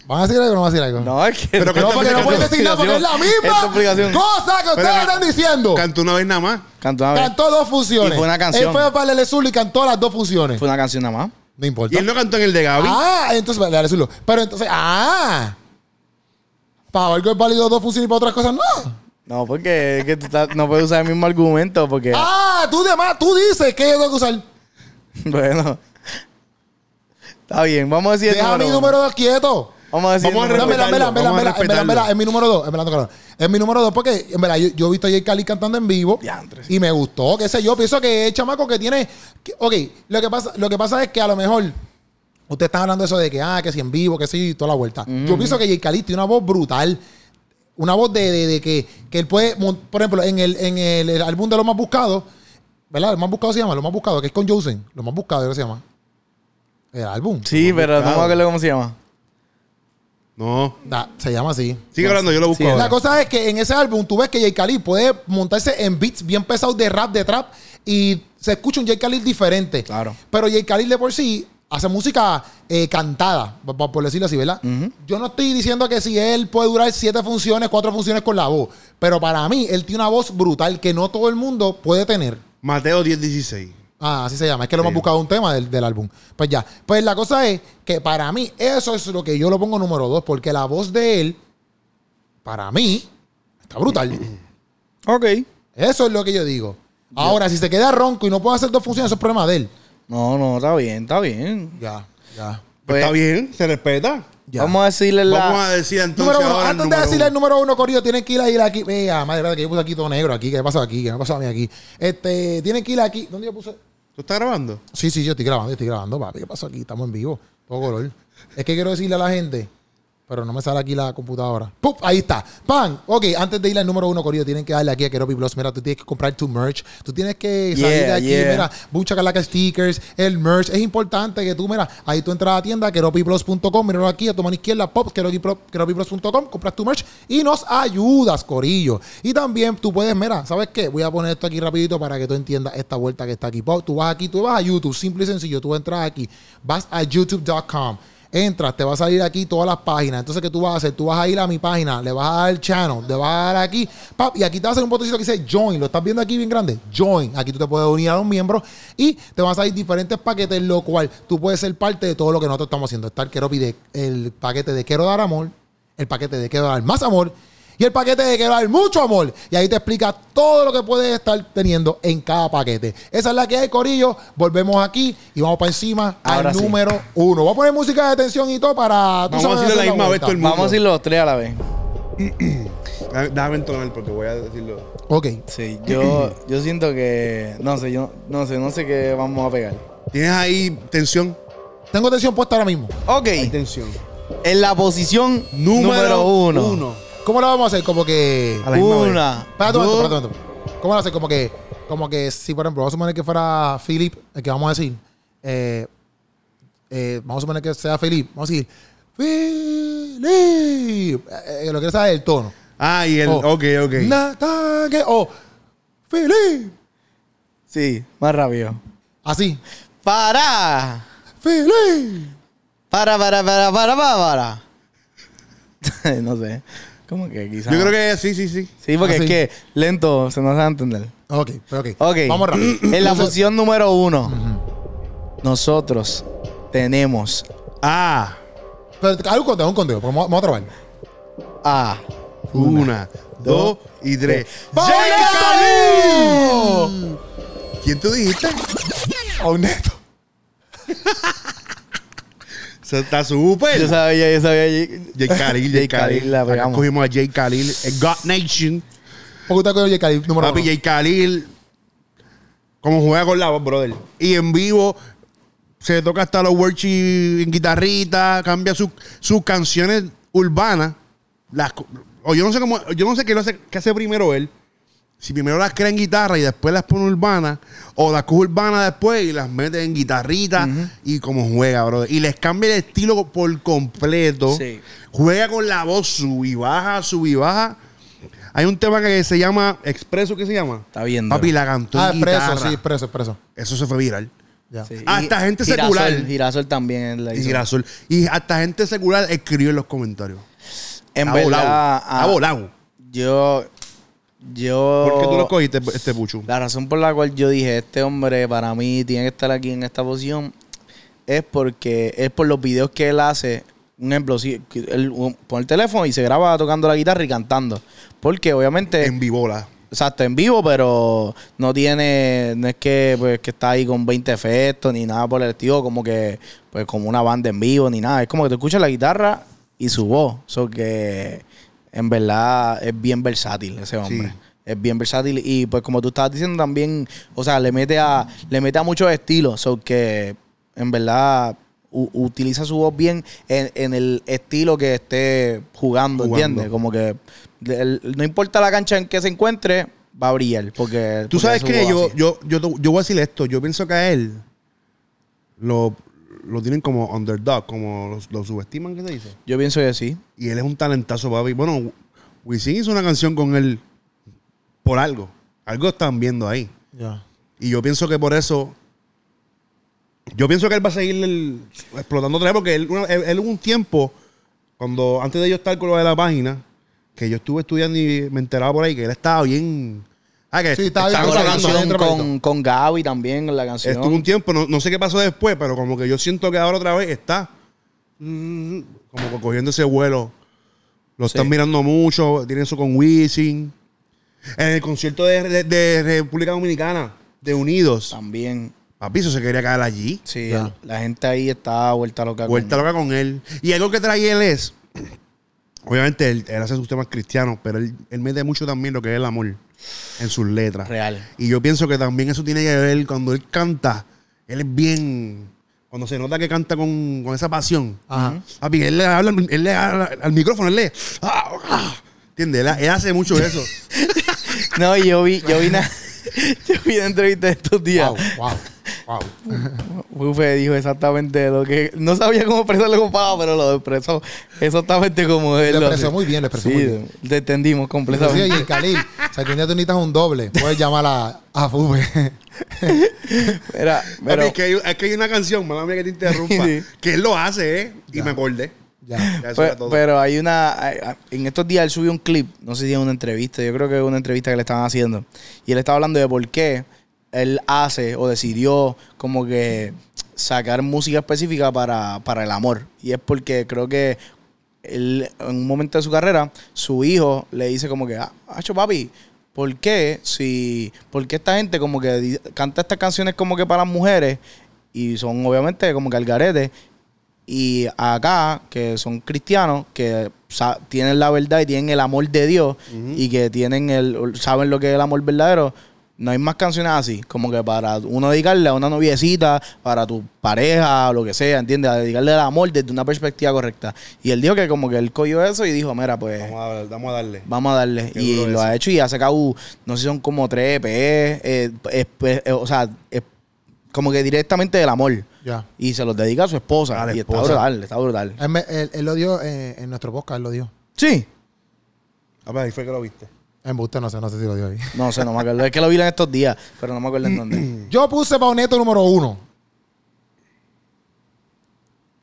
Speaker 2: ¿Van a decir algo o no van a decir algo?
Speaker 3: No, es que...
Speaker 1: Pero
Speaker 2: No,
Speaker 1: canta
Speaker 2: porque no
Speaker 1: explicación.
Speaker 2: pueden decir nada, porque es la
Speaker 3: Es complicación.
Speaker 2: misma cosa que ustedes
Speaker 1: Pero-
Speaker 2: están diciendo.
Speaker 1: Cantó una vez nada más.
Speaker 3: Cantó una vez.
Speaker 2: Cantó dos funciones.
Speaker 3: Y fue una canción.
Speaker 2: Él fue para el Zulu y cantó las dos funciones.
Speaker 3: Fue una canción nada más.
Speaker 2: No
Speaker 1: Y
Speaker 2: importa.
Speaker 1: él no cantó en el de Gaby.
Speaker 2: Ah, entonces, vale, Lele Zulu. Pero entonces, ah. Para algo es válido dos funciones y para otras cosas no.
Speaker 3: No, porque es que tú estás- no puedes usar el mismo argumento porque,
Speaker 2: Ah, tú demás, tú dices que yo tengo que usar.
Speaker 3: bueno, está bien. Vamos a decir el
Speaker 2: Deja mi
Speaker 3: uno.
Speaker 2: número dos quieto.
Speaker 3: Vamos a decir el
Speaker 1: Vamos a
Speaker 2: No,
Speaker 3: número
Speaker 2: en verdad, en verdad, en verdad, en
Speaker 1: Vamos a
Speaker 2: verdad, en verdad, en verdad,
Speaker 1: respetarlo.
Speaker 2: es mi número dos. En verdad, no, claro. Es mi número dos porque, en verdad, yo, yo he visto a Jay Cali cantando en vivo.
Speaker 3: Diantre, sí.
Speaker 2: Y me gustó, qué sé yo. Pienso que es chamaco que tiene... que- ok, lo que, pasa, lo que pasa es que a lo mejor... Ustedes están hablando de eso de que, ah, que si en vivo, que sí, y toda la vuelta. Yo pienso que Jay Cali tiene una voz brutal. Una voz de, de- de que, que él puede... mon- Por ejemplo, en el, en el, el álbum de Los Más Buscados... ¿Verdad? Los Más Buscados se llama Los Más Buscados, que es con Josen. Los Más Buscados, creo que se llama. El álbum.
Speaker 3: Sí, pero no me acuerdo cómo se llama.
Speaker 1: No.
Speaker 2: Da- se llama así.
Speaker 1: Sigue hablando, yo lo busco
Speaker 3: Sí,
Speaker 1: ahora.
Speaker 2: La cosa es que en ese álbum tú ves que J. Khalil puede montarse en beats bien pesados de rap, de trap, y se escucha un J. Khalil diferente.
Speaker 3: Claro.
Speaker 2: Pero J. Khalil de por sí hace música eh, cantada, pa- pa- por decirlo así, ¿verdad? Yo no estoy diciendo que si él puede durar siete funciones, cuatro funciones con la voz, pero para mí él tiene una voz brutal que no todo el mundo puede tener.
Speaker 1: Mateo 1016.
Speaker 2: Ah, así se llama. Es que lo hemos
Speaker 1: Sí.
Speaker 2: buscado un tema del, del álbum. Pues ya. Pues la cosa es que para mí, eso es lo que yo lo pongo número dos, porque la voz de él, para mí, está brutal.
Speaker 3: Ok.
Speaker 2: Eso es lo que yo digo. Ahora, si se queda ronco y no puede hacer dos funciones, eso es problema de él.
Speaker 3: No, no, está bien, está bien.
Speaker 2: Ya, ya.
Speaker 1: Pues
Speaker 3: Pues-
Speaker 1: está bien, se respeta.
Speaker 2: Ya.
Speaker 3: Vamos a decirle la.
Speaker 1: Vamos a decir entonces
Speaker 2: Número uno,
Speaker 1: ahora el
Speaker 2: antes de
Speaker 1: número
Speaker 2: decirle el
Speaker 1: uno.
Speaker 2: número uno, Corrido, tienen que ir a ir aquí. Vea, madre, espérate, que yo puse aquí todo negro aquí. ¿Qué me pasó aquí? ¿Qué me pasó a mí aquí? Este, tienen que ir aquí. ¿Dónde yo puse?
Speaker 1: ¿Tú estás grabando?
Speaker 2: Sí, sí, yo estoy grabando, yo estoy grabando, papi. ¿Qué pasó aquí? Estamos en vivo. Todo color. Es que quiero decirle a la gente, pero no me sale aquí la computadora. ¡Pum! Ahí está. ¡Pam! Ok, antes de ir al número uno, Corillo, tienen que darle aquí a Keropi Plus. Mira, tú tienes que comprar tu merch. Tú tienes que salir
Speaker 3: Yeah,
Speaker 2: de aquí.
Speaker 3: yeah.
Speaker 2: Mira, mucha calaca stickers, el merch. Es importante que tú, mira, ahí tú entras a la tienda, keropiplus.com. Míralo aquí a tu mano izquierda, pop, keropiplus- keropiplus.com. Compras tu merch y nos ayudas, Corillo. Y también tú puedes, mira, ¿sabes qué? Voy a poner esto aquí rapidito para que tú entiendas esta vuelta que está aquí. Pop, Tú vas aquí, tú vas a YouTube, simple y sencillo. Tú entras aquí, vas a youtube.com. Entras, te va a salir aquí todas las páginas. Entonces, ¿qué tú vas a hacer? Tú vas a ir a mi página, le vas a dar el channel, le vas a dar aquí, pap, y aquí te va a hacer un botoncito que dice join. Lo estás viendo aquí bien grande. Join. Aquí tú te puedes unir a los miembros y te van a salir diferentes paquetes, lo cual tú puedes ser parte de todo lo que nosotros estamos haciendo. Está el Quiero Pide- el paquete de Quiero Dar Amor, el paquete de Quiero Dar Más Amor y el paquete de Quiero Dar Mucho Amor. Y ahí te explica todo lo que puedes estar teniendo en cada paquete. Esa es la que hay, Corillo. Volvemos aquí y vamos para encima
Speaker 3: Ahora
Speaker 2: al
Speaker 3: sí.
Speaker 2: número uno. Voy a poner música de tensión y todo para. tú
Speaker 1: Vamos a
Speaker 2: sabes
Speaker 1: decirle
Speaker 2: hacer
Speaker 1: la misma vez
Speaker 2: vuelta.
Speaker 1: todo el
Speaker 3: Vamos a decir los tres a la vez.
Speaker 1: Dá- Déjame entonar porque voy a decirlo.
Speaker 2: Ok.
Speaker 3: Sí, yo, yo siento que. No sé, yo no sé, no sé qué vamos a pegar.
Speaker 1: ¿Tienes ahí tensión?
Speaker 2: Tengo tensión puesta ahora mismo.
Speaker 3: Ok.
Speaker 1: Hay tensión.
Speaker 3: En la posición número, uno.
Speaker 2: ¿Cómo la vamos a hacer? Como que. uh,
Speaker 1: la misma vez.
Speaker 3: Una.
Speaker 2: Espérate un momento,
Speaker 3: dos,
Speaker 2: espérate un momento. ¿Cómo la hacer? Como que. Como que si, por ejemplo, vamos a suponer que fuera Philip, el que vamos a decir. eh, eh, vamos a suponer que sea Philip. Vamos a decir. Philip. Eh, eh, lo que saber es el tono.
Speaker 1: Ah, y el.
Speaker 2: Oh.
Speaker 1: Ok, ok.
Speaker 2: Nataque. O. Philip.
Speaker 3: Sí, más rápido.
Speaker 2: Así.
Speaker 3: Para.
Speaker 2: Philip.
Speaker 3: Para, para, para, para, para, para. no sé. ¿Cómo que quizás?
Speaker 1: Yo creo que sí, sí, sí.
Speaker 3: Sí, porque
Speaker 2: Así.
Speaker 3: es que lento se nos va a entender.
Speaker 2: Ok, pero ok.
Speaker 3: Ok.
Speaker 2: Vamos rápido.
Speaker 3: En la
Speaker 2: Entonces-
Speaker 3: posición número uno, nosotros tenemos
Speaker 1: Ah,
Speaker 2: Pero hay un conteo, hay un conteo. Vamos, vamos a trabajar.
Speaker 3: a.
Speaker 1: una, dos y tres.
Speaker 2: ¡Vamos,
Speaker 1: Jay Khalil! ¿Quién tú dijiste?
Speaker 2: A un neto.
Speaker 1: Eso está súper.
Speaker 3: Yo sabía, yo sabía.
Speaker 1: Pues. Jay Khalil, Jay
Speaker 3: Jay Khalil,
Speaker 1: Khalil.
Speaker 3: la
Speaker 1: Acá
Speaker 3: pegamos.
Speaker 1: Cogimos a Jay Khalil. en God Nation.
Speaker 2: ¿Por qué usted cogió J. Cali número
Speaker 1: Papi
Speaker 2: uno?
Speaker 1: J. Khalil, como juega con la voz, brother. Y en vivo se toca hasta los worship en guitarrita, cambia sus- sus canciones urbanas. Las, co- o yo no sé cómo, yo no sé qué, lo hace, qué hace primero él. Si primero las crea en guitarra y después las pone urbanas, o las coge urbanas después y las mete en guitarrita y como juega, brother. Y les cambia el estilo por completo.
Speaker 3: Sí.
Speaker 1: Juega con la voz, sub y baja, sub y baja. Hay un tema que se llama Expreso, ¿qué se llama?
Speaker 3: Está bien,
Speaker 1: Papi,
Speaker 3: bro.
Speaker 1: la cantó
Speaker 2: Ah,
Speaker 1: en
Speaker 2: es preso,
Speaker 1: guitarra.
Speaker 2: sí, es preso, es preso.
Speaker 1: Eso se fue viral.
Speaker 2: Ya.
Speaker 3: Sí.
Speaker 1: Hasta
Speaker 3: Y
Speaker 1: Ah, gente
Speaker 3: Girasol,
Speaker 1: secular.
Speaker 3: Girasol también la
Speaker 1: Y
Speaker 3: hizo.
Speaker 1: Girasol. Y hasta gente secular escribió en los comentarios.
Speaker 3: En
Speaker 1: ha
Speaker 3: verdad,
Speaker 1: volado.
Speaker 3: ah,
Speaker 1: ha volado.
Speaker 3: Yo, yo.
Speaker 1: ¿Por qué tú lo cogiste, este pucho?
Speaker 3: oh, La razón por la cual yo dije, este hombre para mí tiene que estar aquí en esta posición, es porque es por los videos que él hace. Un ejemplo, si él um, pone el teléfono y se graba tocando la guitarra y cantando. Porque obviamente,
Speaker 1: En vivola.
Speaker 3: exacto, en vivo, pero no tiene, no es que, pues, que está ahí con 20 efectos ni nada por el estilo, como que, pues como una banda en vivo ni nada. Es como que te escuchas la guitarra y su voz. So que en verdad es bien versátil ese hombre.
Speaker 1: Sí.
Speaker 3: Es bien versátil y pues como tú estabas diciendo también, o sea, le mete a, le mete a muchos estilos, so que en verdad u- utiliza su voz bien en, en el estilo que esté
Speaker 1: Jugando.
Speaker 3: jugando, ¿entiendes? Como que de- el- no importa la cancha en que se encuentre, va a brillar porque...
Speaker 1: Tú
Speaker 3: porque
Speaker 1: sabes
Speaker 3: su
Speaker 1: que
Speaker 3: voz
Speaker 1: yo,
Speaker 3: así.
Speaker 1: yo, yo, te- yo voy a decir esto. Yo pienso que a él lo, lo tienen como underdog, como los- lo, subestiman, ¿qué se dice?
Speaker 3: yo pienso que sí.
Speaker 1: Y él es un talentazo, papi. Bueno, Wisin hizo una canción con él por algo. Algo están viendo ahí.
Speaker 2: Ya.
Speaker 1: Y yo pienso que por eso Yo pienso que él va a seguir el- explotando otra vez porque él, una- él- él hubo un tiempo, cuando antes de yo estar con lo de la página, que yo estuve estudiando y me enteraba por ahí que él estaba bien. Ah, que
Speaker 2: Sí, estaba bien
Speaker 1: estaban
Speaker 3: Con la
Speaker 1: sacando-
Speaker 2: adentro,
Speaker 3: canción
Speaker 2: Pedro.
Speaker 3: con, con Gaby también, con la canción.
Speaker 1: Estuvo un tiempo, no, no sé qué pasó después, pero como que yo siento que ahora otra vez está mm, como que cogiendo ese vuelo. Lo
Speaker 3: Sí.
Speaker 1: están mirando mucho, tienen eso con Wisin. En el concierto de, de- de República Dominicana, de Unidos,
Speaker 2: Ah.
Speaker 3: También,
Speaker 1: papi, eso se quería caer allí.
Speaker 3: sí.
Speaker 2: Ya.
Speaker 3: La gente ahí está vuelta loca. con-
Speaker 1: Vuelta loca con él. Y algo que trae él es, obviamente él, él hace sus temas cristianos, pero él, él mete mucho también lo que es el amor en sus letras.
Speaker 3: Real.
Speaker 1: Y yo pienso que también eso tiene que ver cuando él canta, él es bien, cuando se nota que canta con, con esa pasión.
Speaker 2: Ajá.
Speaker 1: Papi, él le habla, al- él le habla al micrófono, él le... ah, ah. ¿Entiendes? Él, él hace mucho eso.
Speaker 3: No, y yo vi, yo vi una, yo vi una entrevista estos días.
Speaker 2: Wow, wow, wow.
Speaker 3: Buffet dijo exactamente lo que. No sabía cómo expresarlo con palabras, pero lo expresó exactamente como él.
Speaker 2: Lo
Speaker 3: lo
Speaker 2: expresó
Speaker 3: hace.
Speaker 2: muy bien, lo expresó
Speaker 3: Sí,
Speaker 2: muy bien.
Speaker 3: Te entendimos
Speaker 2: Inclusive,
Speaker 3: completamente.
Speaker 2: y el Khalil, o sea, que un día tú necesitas un doble, puedes llamar a, a Fube.
Speaker 3: Mira,
Speaker 1: Papi,
Speaker 3: pero-
Speaker 1: es, que hay, es que hay una canción, mala mía que te interrumpa,
Speaker 3: Sí. Pues,
Speaker 1: que él lo hace, ¿eh? Y me acordé.
Speaker 2: ya.
Speaker 1: Ya eso
Speaker 3: Pe-
Speaker 1: era todo.
Speaker 3: Pero hay una. hay- ah, En estos días él subió un clip, no sé si es una entrevista, yo creo que es una entrevista que le estaban haciendo. Y él estaba hablando de por qué él hace o decidió como que sacar música específica para, para el amor. Y es porque creo que él, en un momento de su carrera, su hijo le dice como que, ah, hacho papi, ¿por qué? Si, ¿Por qué esta gente como que di- canta estas canciones como que para las mujeres? Y son obviamente como que al garete. Y acá, que son cristianos, que sa- tienen la verdad y tienen el amor de Dios y que tienen el saben lo que es el amor verdadero, no hay más canciones así, como que para uno dedicarle a una noviecita, para tu pareja, o lo que sea, ¿entiendes? A dedicarle el amor desde una perspectiva correcta. Y él dijo que como que él cogió eso y dijo, mira, pues
Speaker 1: Vamos a, vamos a darle.
Speaker 3: Vamos a darle.
Speaker 1: Qué
Speaker 3: Y
Speaker 1: duro
Speaker 3: lo
Speaker 1: eso.
Speaker 3: ha hecho y ha sacado, no sé si son como tres EP, eh, espe- eh, o sea, es como que directamente del amor.
Speaker 2: ya.
Speaker 3: Y se los dedica a su esposa.
Speaker 1: A la
Speaker 3: y está
Speaker 1: esposa.
Speaker 3: brutal, está brutal.
Speaker 2: Él, me- él- él lo dio eh, en nuestro podcast, él lo dio.
Speaker 3: Sí.
Speaker 1: Ah, pues ahí fue que lo viste.
Speaker 2: En usted no sé, no sé si lo dio ahí.
Speaker 3: No sé, no me acuerdo. es que lo vi en estos días, pero no me acuerdo en dónde.
Speaker 2: Yo puse Pauneto número uno.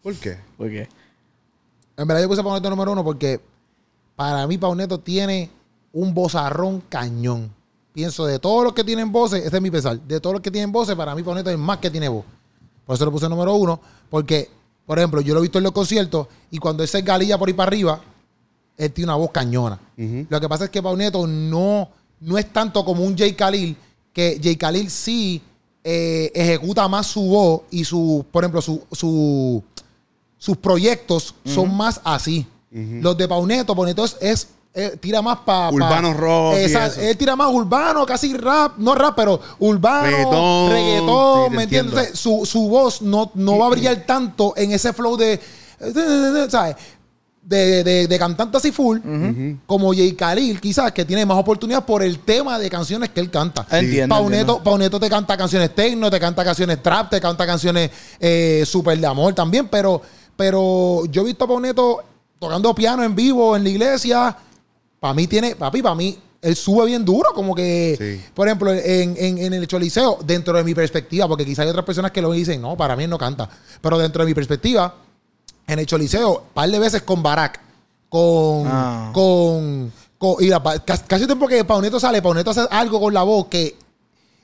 Speaker 1: ¿Por qué?
Speaker 3: ¿Por qué?
Speaker 2: En verdad yo puse Pauneto número uno porque para mí Pauneto tiene un vozarrón cañón. Pienso de todos los que tienen voces, ese es mi pensar, de todos los que tienen voces, para mí Pauneto es el más que tiene voz. Por eso lo puse número uno, porque, por ejemplo, yo lo he visto en los conciertos y cuando él se galilla por ahí para arriba, él tiene una voz cañona.
Speaker 1: Ujú.
Speaker 2: Lo que pasa es que Pauneto no, no es tanto como un Jay Khalil, que Jay Khalil sí eh, ejecuta más su voz y su, por ejemplo, su, su- sus proyectos son más así. Los de Pauneto, Pauneto es, es- eh, tira más para...
Speaker 1: Urbano rock y eso.
Speaker 2: él tira más urbano, casi rap, no rap, pero urbano,
Speaker 1: Reggaetón.
Speaker 2: reggaetón,
Speaker 1: Sí, te
Speaker 2: ¿me entiendes?
Speaker 1: entiendo.
Speaker 2: O sea, su, su voz no, no va a brillar tanto en ese flow de. ¿Sabes? De, de, de cantante así full, como Jay Khalil, quizás, que tiene más oportunidad por el tema de canciones que él canta.
Speaker 3: Entiendo,
Speaker 2: Pauneto,
Speaker 3: entiendo.
Speaker 2: Pauneto te canta canciones techno, te canta canciones trap, te canta canciones eh, super de amor también, pero, pero yo he visto a Pauneto tocando piano en vivo en la iglesia. Para mí tiene, papi, para mí, él sube bien duro, como que,
Speaker 1: Sí.
Speaker 2: por ejemplo, en, en- en el Choliseo, dentro de mi perspectiva, porque quizás hay otras personas que lo ven y dicen, no, para mí él no canta, pero dentro de mi perspectiva, en el Choliseo, un par de veces con Barack, con.
Speaker 3: Ah.
Speaker 2: con, con- y la pa- ca- casi el tiempo que Pauneto sale, Pauneto hace algo con la voz que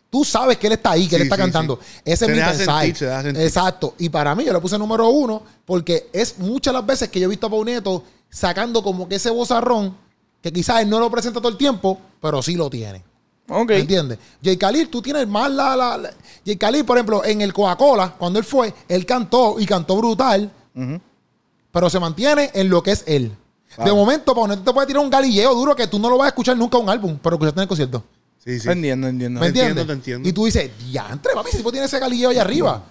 Speaker 2: tú sabes que él está ahí, que él
Speaker 1: Sí,
Speaker 2: está
Speaker 1: sí,
Speaker 2: cantando.
Speaker 1: sí.
Speaker 2: Ese
Speaker 1: Se
Speaker 2: es mi
Speaker 1: deja
Speaker 2: pensar.
Speaker 1: sentir, se deja sentir.
Speaker 2: Exacto. Y para mí, yo lo puse número uno, porque es muchas las veces que yo he visto a Pauneto sacando como que ese bozarrón, que quizás él no lo presenta todo el tiempo, pero sí lo tiene.
Speaker 3: Ok.
Speaker 2: ¿Me entiendes? Jay Khalil, tú tienes más la, la, la- Jay Khalil, por ejemplo, en el Coca-Cola, cuando él fue, él cantó y cantó brutal,
Speaker 3: Ujú.
Speaker 2: pero se mantiene en lo que es él. De
Speaker 3: Wow.
Speaker 2: momento, Pauneto te puede tirar un galilleo duro que tú no lo vas a escuchar nunca un álbum, pero escuchaste en el concierto.
Speaker 1: Sí,
Speaker 2: Pues
Speaker 1: sí.
Speaker 3: Entiendo, entiendo.
Speaker 2: ¿Me
Speaker 1: Te entiendo,
Speaker 2: entiendes?
Speaker 1: te entiendo.
Speaker 2: Y tú dices, diantre, papi, ese tipo tiene ese galilleo allá arriba.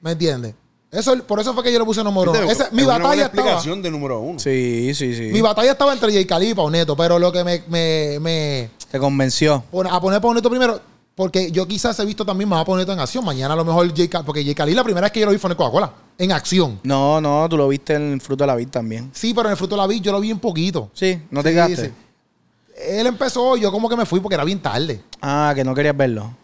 Speaker 2: ¿Me entiendes? Eso, por eso fue que yo lo puse númoro uno.
Speaker 1: Viste,
Speaker 2: Esa-
Speaker 1: es
Speaker 2: mi
Speaker 1: una buena
Speaker 2: batalla estaba.
Speaker 1: explicación de número uno.
Speaker 3: Sí, sí, sí.
Speaker 2: Mi batalla estaba entre Jay Khalil y Pauneto, pero lo que me, me, me
Speaker 3: Te convenció.
Speaker 2: pon- a poner Pauneto primero, porque yo quizás he visto también más a Pauneto en acción. Mañana a lo mejor Jay Khalil, porque Jay Khalil la primera vez que yo lo vi fue en el Coca-Cola, en acción.
Speaker 3: No, no, tú lo viste en el Fruto de la Vid también.
Speaker 2: Sí, pero en el Fruto de la Vid yo lo vi un poquito.
Speaker 3: Sí, no te
Speaker 2: Sí,
Speaker 3: quedaste.
Speaker 2: sí. Él empezó, yo como que me fui porque era bien tarde.
Speaker 3: Ah, que no querías verlo.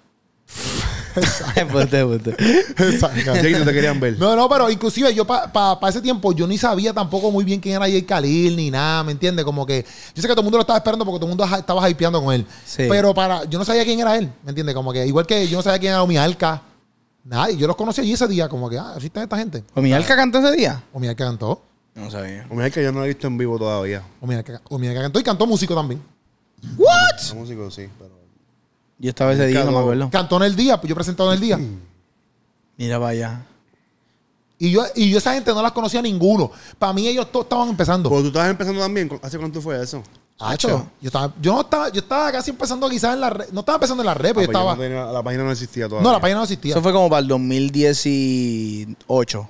Speaker 3: Ponte, ponte.
Speaker 2: Exacto.
Speaker 1: Jake, no te querían ver.
Speaker 2: No, no, pero inclusive yo para ese tiempo yo ni sabía tampoco muy bien quién era Jay Khalil ni nada, ¿me entiendes? Como que yo sé que todo el mundo lo estaba esperando porque todo el mundo ja- estaba hypeando con él.
Speaker 3: Sí.
Speaker 2: Pero para yo no sabía quién era él, ¿me entiendes? Como que igual que yo no sabía quién era Omi Alca. Nadie, yo los conocí allí ese día, como que, ah, existen esta gente.
Speaker 3: ¿O mi alca cantó ese día?
Speaker 2: Omi Alca cantó,
Speaker 3: No sabía.
Speaker 1: O mejor que yo no lo he visto en vivo todavía.
Speaker 2: Omi Alca, Omi Alca cantó y cantó músico también.
Speaker 1: La música sí, pero.
Speaker 3: Yo estaba ese día, no me
Speaker 1: Cagó.
Speaker 3: acuerdo.
Speaker 2: Cantó en el día, pues yo presentado en el día.
Speaker 3: Mira para allá.
Speaker 2: Y yo, y yo esa gente no las conocía ninguno. Para mí ellos todos estaban empezando.
Speaker 1: Cuando tú estabas empezando también, ¿cu- ¿hace cuánto fue eso? Ah,
Speaker 2: Hacho,
Speaker 3: Hacho.
Speaker 2: yo estaba, yo no estaba, yo estaba casi empezando quizás en la red, no estaba empezando en la red, pero
Speaker 1: Ah,
Speaker 2: yo
Speaker 1: pues
Speaker 2: estaba.
Speaker 1: no tenía- la página no existía todavía.
Speaker 2: No, la página no existía.
Speaker 3: Eso fue como para el 2018.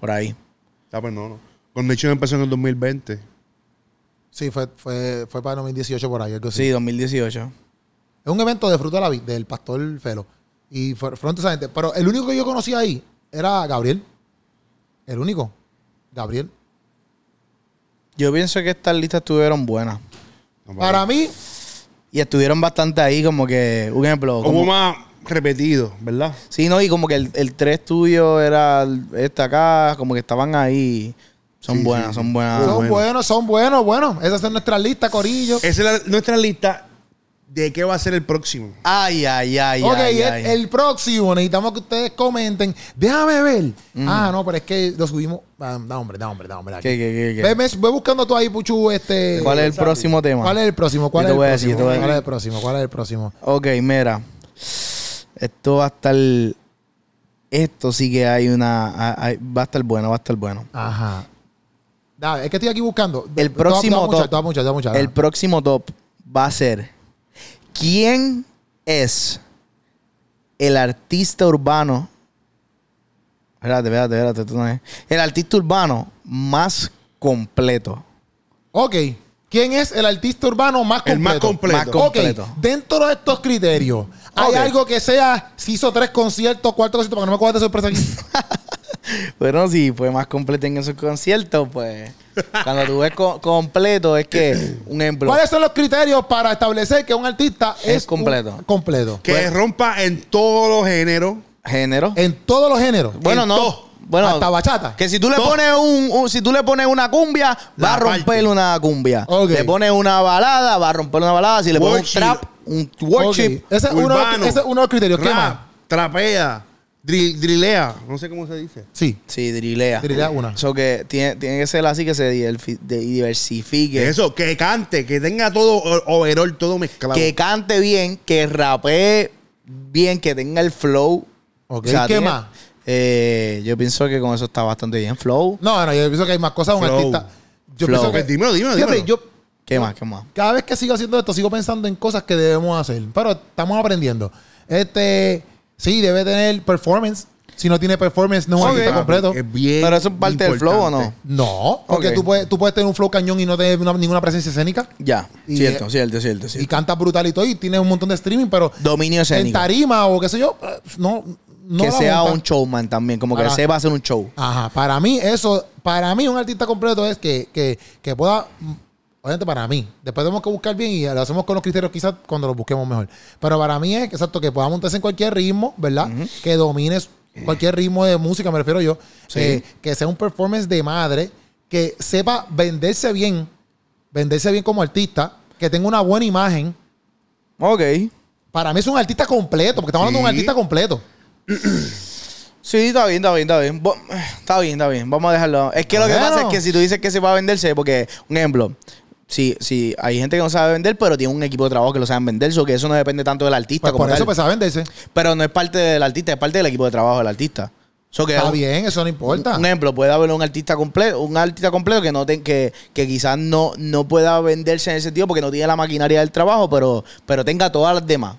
Speaker 3: Por ahí.
Speaker 1: Ah, pues no, no. Con Nation empezó en el 2020.
Speaker 2: Sí, fue, fue, fue para 2018 por ahí, algo así.
Speaker 3: Sí, 2018.
Speaker 2: Es un evento de Fruta de la Vid, del Pastor Felo. Y fue- fueron toda esa gente. Pero el único que yo conocía ahí era Gabriel. El único. Gabriel.
Speaker 3: Yo pienso que estas listas estuvieron buenas.
Speaker 1: No,
Speaker 2: Para mí,
Speaker 3: Y estuvieron bastante ahí, como que, un ejemplo.
Speaker 1: Hubo
Speaker 3: Como,
Speaker 1: más repetido, ¿verdad?
Speaker 3: sí, no, y como que el, el 3 tuyo era el- esta acá, como que estaban ahí. Son
Speaker 1: Sí,
Speaker 3: buenas,
Speaker 1: sí.
Speaker 3: son buenas.
Speaker 2: son
Speaker 1: Ah, bueno.
Speaker 2: buenos, son buenos, bueno. Esas son nuestras listas, Corillo.
Speaker 3: Eh,
Speaker 1: Esa es la- nuestra lista de qué va a ser el próximo.
Speaker 3: Ay, ay, ay,
Speaker 2: ok,
Speaker 3: ay.
Speaker 2: el,
Speaker 3: ay.
Speaker 2: el próximo, necesitamos que ustedes comenten. Déjame ver. Ah, no, pero es que lo subimos. Ah, da hombre, da hombre, da hombre. aquí.
Speaker 3: Mm. ¿Qué, qué, qué, qué?
Speaker 2: Ve, ve- ve buscando tú ahí, Puchu, este.
Speaker 3: ¿Cuál es el próximo tema?
Speaker 2: ¿Cuál es el próximo? ¿Cuál
Speaker 3: Yo
Speaker 2: es
Speaker 3: te
Speaker 2: el
Speaker 3: voy a decir, yo
Speaker 2: próximo?
Speaker 3: te voy a
Speaker 2: ¿Cuál es el próximo? ¿Cuál es el próximo?
Speaker 3: Ok, mira. Esto va a estar. Esto sí que hay una. a- hay- va a estar bueno, va a estar bueno.
Speaker 2: Ajá. Dale, es que estoy aquí buscando. Te-
Speaker 3: El próximo
Speaker 2: te voy a
Speaker 3: top.
Speaker 2: mucha, te voy a mucha, te voy a mucha,
Speaker 3: El
Speaker 2: dale.
Speaker 3: próximo top va a ser. ¿Quién es el artista urbano? Espérate, espérate, espérate. esto no es. El artista urbano más completo.
Speaker 2: Ok. ¿Quién es el artista urbano más completo?
Speaker 1: El más completo.
Speaker 3: Más completo.
Speaker 2: Ok, dentro de estos criterios, ¿hay
Speaker 1: Ok.
Speaker 2: algo que sea si hizo tres conciertos, cuatro conciertos, para que no me cojas de sorpresa aquí?
Speaker 3: Bueno, si fue más completo en esos conciertos, pues. Cuando tú ves co- completo, es que. Un ejemplo.
Speaker 2: ¿Cuáles son los criterios para establecer que un artista es,
Speaker 3: Es
Speaker 2: un-
Speaker 3: completo.
Speaker 2: completo?
Speaker 1: Que rompa en todos los géneros.
Speaker 3: Género.
Speaker 2: En todos los géneros.
Speaker 3: Bueno,
Speaker 1: En
Speaker 3: no.
Speaker 1: todo.
Speaker 3: Bueno,
Speaker 2: Hasta bachata.
Speaker 3: Que si tú le
Speaker 1: Todo.
Speaker 3: pones un, un- si tú le pones una cumbia, va
Speaker 1: La
Speaker 3: a romper
Speaker 1: parte.
Speaker 3: una cumbia.
Speaker 2: Ok.
Speaker 3: Le pones una balada, va a romper una balada. Si le pones un
Speaker 1: Worship.
Speaker 3: trap, un
Speaker 2: Ok,
Speaker 3: worship.
Speaker 2: Ese, es uno de los-
Speaker 1: urbano,
Speaker 2: ese es uno de los criterios. ¿Qué más?
Speaker 1: Rap, trapea, dri- drilea. No sé cómo se dice.
Speaker 2: Sí,
Speaker 3: Sí, drilea.
Speaker 2: diría una.
Speaker 3: Eso que tiene, tiene que ser así que se diver- de- diversifique.
Speaker 1: Eso, que cante, que tenga todo o- overall, todo mezclado.
Speaker 3: Que cante bien, que rapee bien, que tenga el flow.
Speaker 2: Ok, ¿qué
Speaker 3: tiene-
Speaker 2: más?
Speaker 3: eh, yo pienso que con eso está bastante bien. Flow.
Speaker 2: No, no, yo pienso que hay más cosas de un
Speaker 1: Flow.
Speaker 2: artista. Yo
Speaker 3: Flow.
Speaker 2: pienso que.
Speaker 1: Pues dímelo, dímelo,
Speaker 2: Fíjate,
Speaker 1: dímelo.
Speaker 2: yo
Speaker 3: ¿Qué más? ¿Qué más?
Speaker 2: cada vez que sigo haciendo esto, sigo pensando en cosas que debemos hacer. Pero estamos aprendiendo. Este, sí, debe tener performance. Si no tiene performance, no es un
Speaker 3: Ok.
Speaker 2: artista completo.
Speaker 1: Es bien
Speaker 3: Pero eso es parte del flow o no?
Speaker 1: importante.
Speaker 2: No, porque
Speaker 3: Ok.
Speaker 2: tú, puedes, tú puedes tener un flow cañón y no tener una- ninguna presencia escénica.
Speaker 3: Ya.
Speaker 2: Y,
Speaker 3: cierto,
Speaker 2: eh,
Speaker 3: cierto, cierto,
Speaker 2: Y
Speaker 3: cierto.
Speaker 2: cantas brutal y todo, y tienes un montón de streaming, pero
Speaker 3: Dominio
Speaker 2: en
Speaker 3: escénico.
Speaker 2: tarima o qué sé yo, eh, no. no
Speaker 3: que
Speaker 2: la
Speaker 3: sea
Speaker 2: monta.
Speaker 3: un showman también, como que
Speaker 2: Ahora-
Speaker 3: sepa hacer un show.
Speaker 2: Ajá, para mí eso, para mí un artista completo es que, que, que pueda, mm, obviamente para mí, después tenemos que buscar bien y lo hacemos con los criterios quizás cuando los busquemos mejor, pero para mí es exacto que pueda montarse en cualquier ritmo, ¿verdad? Que domines cualquier ritmo de música, me refiero yo, Eh, que sea un performance de madre, que sepa venderse bien, venderse bien como artista, que tenga una buena imagen.
Speaker 3: Ok.
Speaker 2: Para mí es un artista completo, porque estamos hablando de un
Speaker 1: Sí.
Speaker 2: artista completo.
Speaker 3: Sí, está bien, está bien, está bien. Bo- Está bien, está bien. Vamos a dejarlo. Es que lo que
Speaker 2: Bueno.
Speaker 3: pasa es que si tú dices que se va a venderse, porque, un ejemplo, si, si hay gente que no sabe vender, pero tiene un equipo de trabajo que lo saben vender, so que eso no depende tanto del artista.
Speaker 2: Pues
Speaker 3: como
Speaker 2: por eso
Speaker 3: tal.
Speaker 2: pues a venderse.
Speaker 3: Pero no es parte del artista, es parte del equipo de trabajo del artista. So que
Speaker 2: Está
Speaker 3: un-
Speaker 2: bien, eso no importa.
Speaker 3: Un ejemplo, puede haber un artista completo, un artista completo que no ten- que, que quizás no, no pueda venderse en ese sentido porque no tiene la maquinaria del trabajo, pero, pero tenga todas las demás.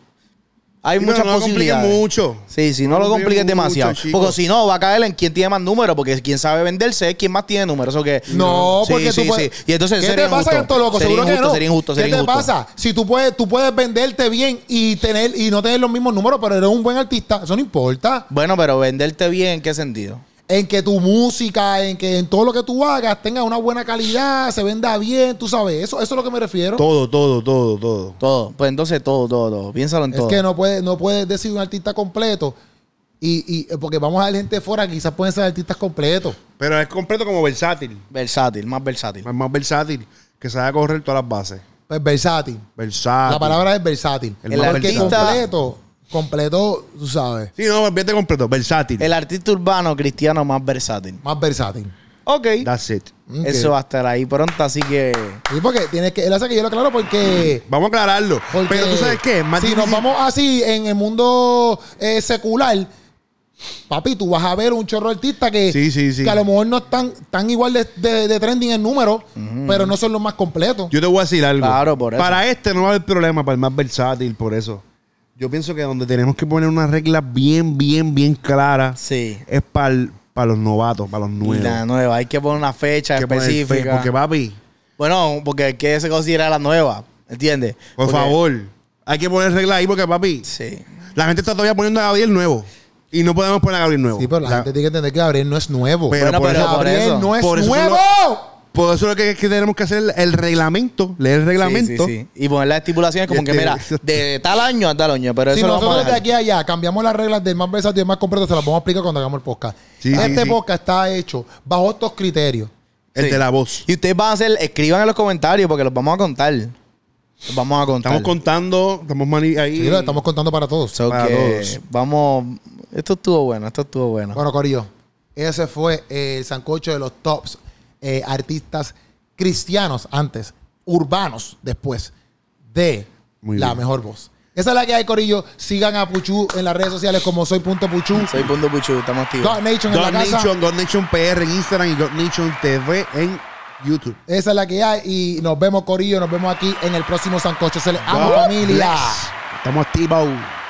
Speaker 3: Hay
Speaker 1: Sí, pero
Speaker 3: muchas
Speaker 1: no lo compliques
Speaker 3: posibilidades.
Speaker 1: mucho.
Speaker 3: Sí, sí, no, lo compliques
Speaker 1: mucho,
Speaker 3: demasiado.
Speaker 1: chico.
Speaker 3: porque si no, va a caer en quien tiene más números, porque quien sabe venderse es quien más tiene números. o que,
Speaker 2: No,
Speaker 3: Sí,
Speaker 2: porque
Speaker 3: sí,
Speaker 2: tú puedes.
Speaker 3: sí. Y entonces
Speaker 2: ¿Qué
Speaker 3: sería
Speaker 2: te pasa,
Speaker 3: injusto.
Speaker 2: Canto Loco?
Speaker 3: Sería
Speaker 2: Seguro que
Speaker 3: injusto,
Speaker 2: no.
Speaker 3: sería injusto, sería
Speaker 2: ¿Qué te
Speaker 3: injusto.
Speaker 2: pasa? Si tú puedes, tú puedes venderte bien y tener y no tener los mismos números, pero eres un buen artista, eso no importa.
Speaker 3: Bueno, pero venderte bien, ¿en qué sentido?
Speaker 2: en que tu música, en que en todo lo que tú hagas tenga una buena calidad, se venda bien, tú sabes. Eso, eso es lo que me refiero.
Speaker 1: Todo, todo, todo, todo.
Speaker 3: Todo. Pues entonces todo, todo, todo. Piénsalo en
Speaker 2: es
Speaker 3: todo.
Speaker 2: que no puedes no puedes decir un artista completo. Y, y eh, porque vamos a ver gente fuera, que quizás pueden ser artistas completos.
Speaker 1: Pero es completo como versátil.
Speaker 3: Versátil, más versátil.
Speaker 1: Más, más versátil. Que sabe correr todas las bases.
Speaker 2: Pues versátil.
Speaker 1: Versátil.
Speaker 2: La palabra es versátil.
Speaker 1: El
Speaker 2: El porque
Speaker 3: artista-
Speaker 2: completo, completo, tú sabes,
Speaker 1: Sí, no, vete completo. Versátil.
Speaker 3: El artista urbano cristiano más versátil.
Speaker 2: más versátil.
Speaker 3: Ok.
Speaker 1: That's it.
Speaker 2: Ok.
Speaker 3: Eso va a estar ahí pronto, así que.
Speaker 2: Sí, porque tienes que, él hace que yo lo aclaro porque.
Speaker 1: Vamos a aclararlo.
Speaker 2: porque
Speaker 1: Pero tú sabes qué, es más
Speaker 2: si
Speaker 1: difícil-
Speaker 2: nos vamos así en el mundo eh, secular, papi, tú vas a ver un chorro de artistas que,
Speaker 1: Sí, sí, sí.
Speaker 2: que a lo mejor no están tan igual de, de- de trending en número, pero no son los más completos.
Speaker 1: Yo te voy a decir algo.
Speaker 3: Claro, por eso.
Speaker 1: Para este no va a haber problema, para el más versátil, por eso. Yo pienso que donde tenemos que poner unas reglas bien, bien, bien claras
Speaker 3: Sí.
Speaker 1: es para los novatos, para los nuevos.
Speaker 3: La nueva. Hay que poner una fecha
Speaker 1: Que poner fe-
Speaker 3: específica.
Speaker 1: Porque, papi,
Speaker 3: Bueno, porque hay que se considera la nueva. ¿Entiendes?
Speaker 1: por
Speaker 3: Porque-
Speaker 1: favor, hay que poner reglas ahí porque, papi,
Speaker 3: Sí.
Speaker 1: la gente está todavía poniendo a Gabriel nuevo. Y no podemos poner a Gabriel nuevo.
Speaker 2: Sí, pero la,
Speaker 1: La-
Speaker 2: gente tiene que entender que Gabriel no es nuevo.
Speaker 1: Pero
Speaker 3: bueno,
Speaker 1: por
Speaker 3: pero
Speaker 1: eso-
Speaker 3: por
Speaker 2: Gabriel
Speaker 3: eso.
Speaker 2: no es
Speaker 1: por eso son
Speaker 2: nuevo.
Speaker 1: Por eso lo que, que tenemos que hacer el, el reglamento, leer el reglamento.
Speaker 3: Sí, sí, sí. Y poner las estipulaciones como
Speaker 1: Y
Speaker 3: que,
Speaker 1: este-
Speaker 3: mira, de tal año a tal año. Pero
Speaker 2: Si
Speaker 3: eso lo vamos a
Speaker 2: nosotros de
Speaker 3: dejar.
Speaker 2: aquí a allá cambiamos las reglas del más versátil y del más completo, se las vamos a explicar cuando hagamos el podcast.
Speaker 1: Sí, sí,
Speaker 2: este
Speaker 1: sí.
Speaker 2: podcast está hecho bajo estos criterios.
Speaker 1: El
Speaker 3: Sí.
Speaker 1: de la voz.
Speaker 3: Y ustedes van a hacer, escriban en los comentarios porque los vamos a contar. Los vamos a contar.
Speaker 1: Estamos contando, estamos mani- ahí.
Speaker 2: Sí, lo estamos contando para todos.
Speaker 3: So
Speaker 1: para
Speaker 3: que
Speaker 1: todos.
Speaker 3: vamos. Esto estuvo bueno, esto estuvo bueno.
Speaker 2: Bueno, Corillo, ese fue eh, el sancocho de los tops eh, artistas cristianos antes, urbanos después, de
Speaker 1: Muy
Speaker 2: la
Speaker 1: bien.
Speaker 2: mejor voz. Esa es la que hay, Corillo. Sigan a Puchu en las redes sociales como soy.puchu.
Speaker 3: Soy Punto Puchu, estamos activos.
Speaker 2: God Nation en la
Speaker 1: God
Speaker 2: casa.
Speaker 1: Nation, God Nation PR en Instagram y God Nation TV en YouTube.
Speaker 2: Esa es la que hay. Y nos vemos, Corillo. Nos vemos aquí en el próximo sancocho. Se les ama, familia.
Speaker 1: Bless. Estamos activos.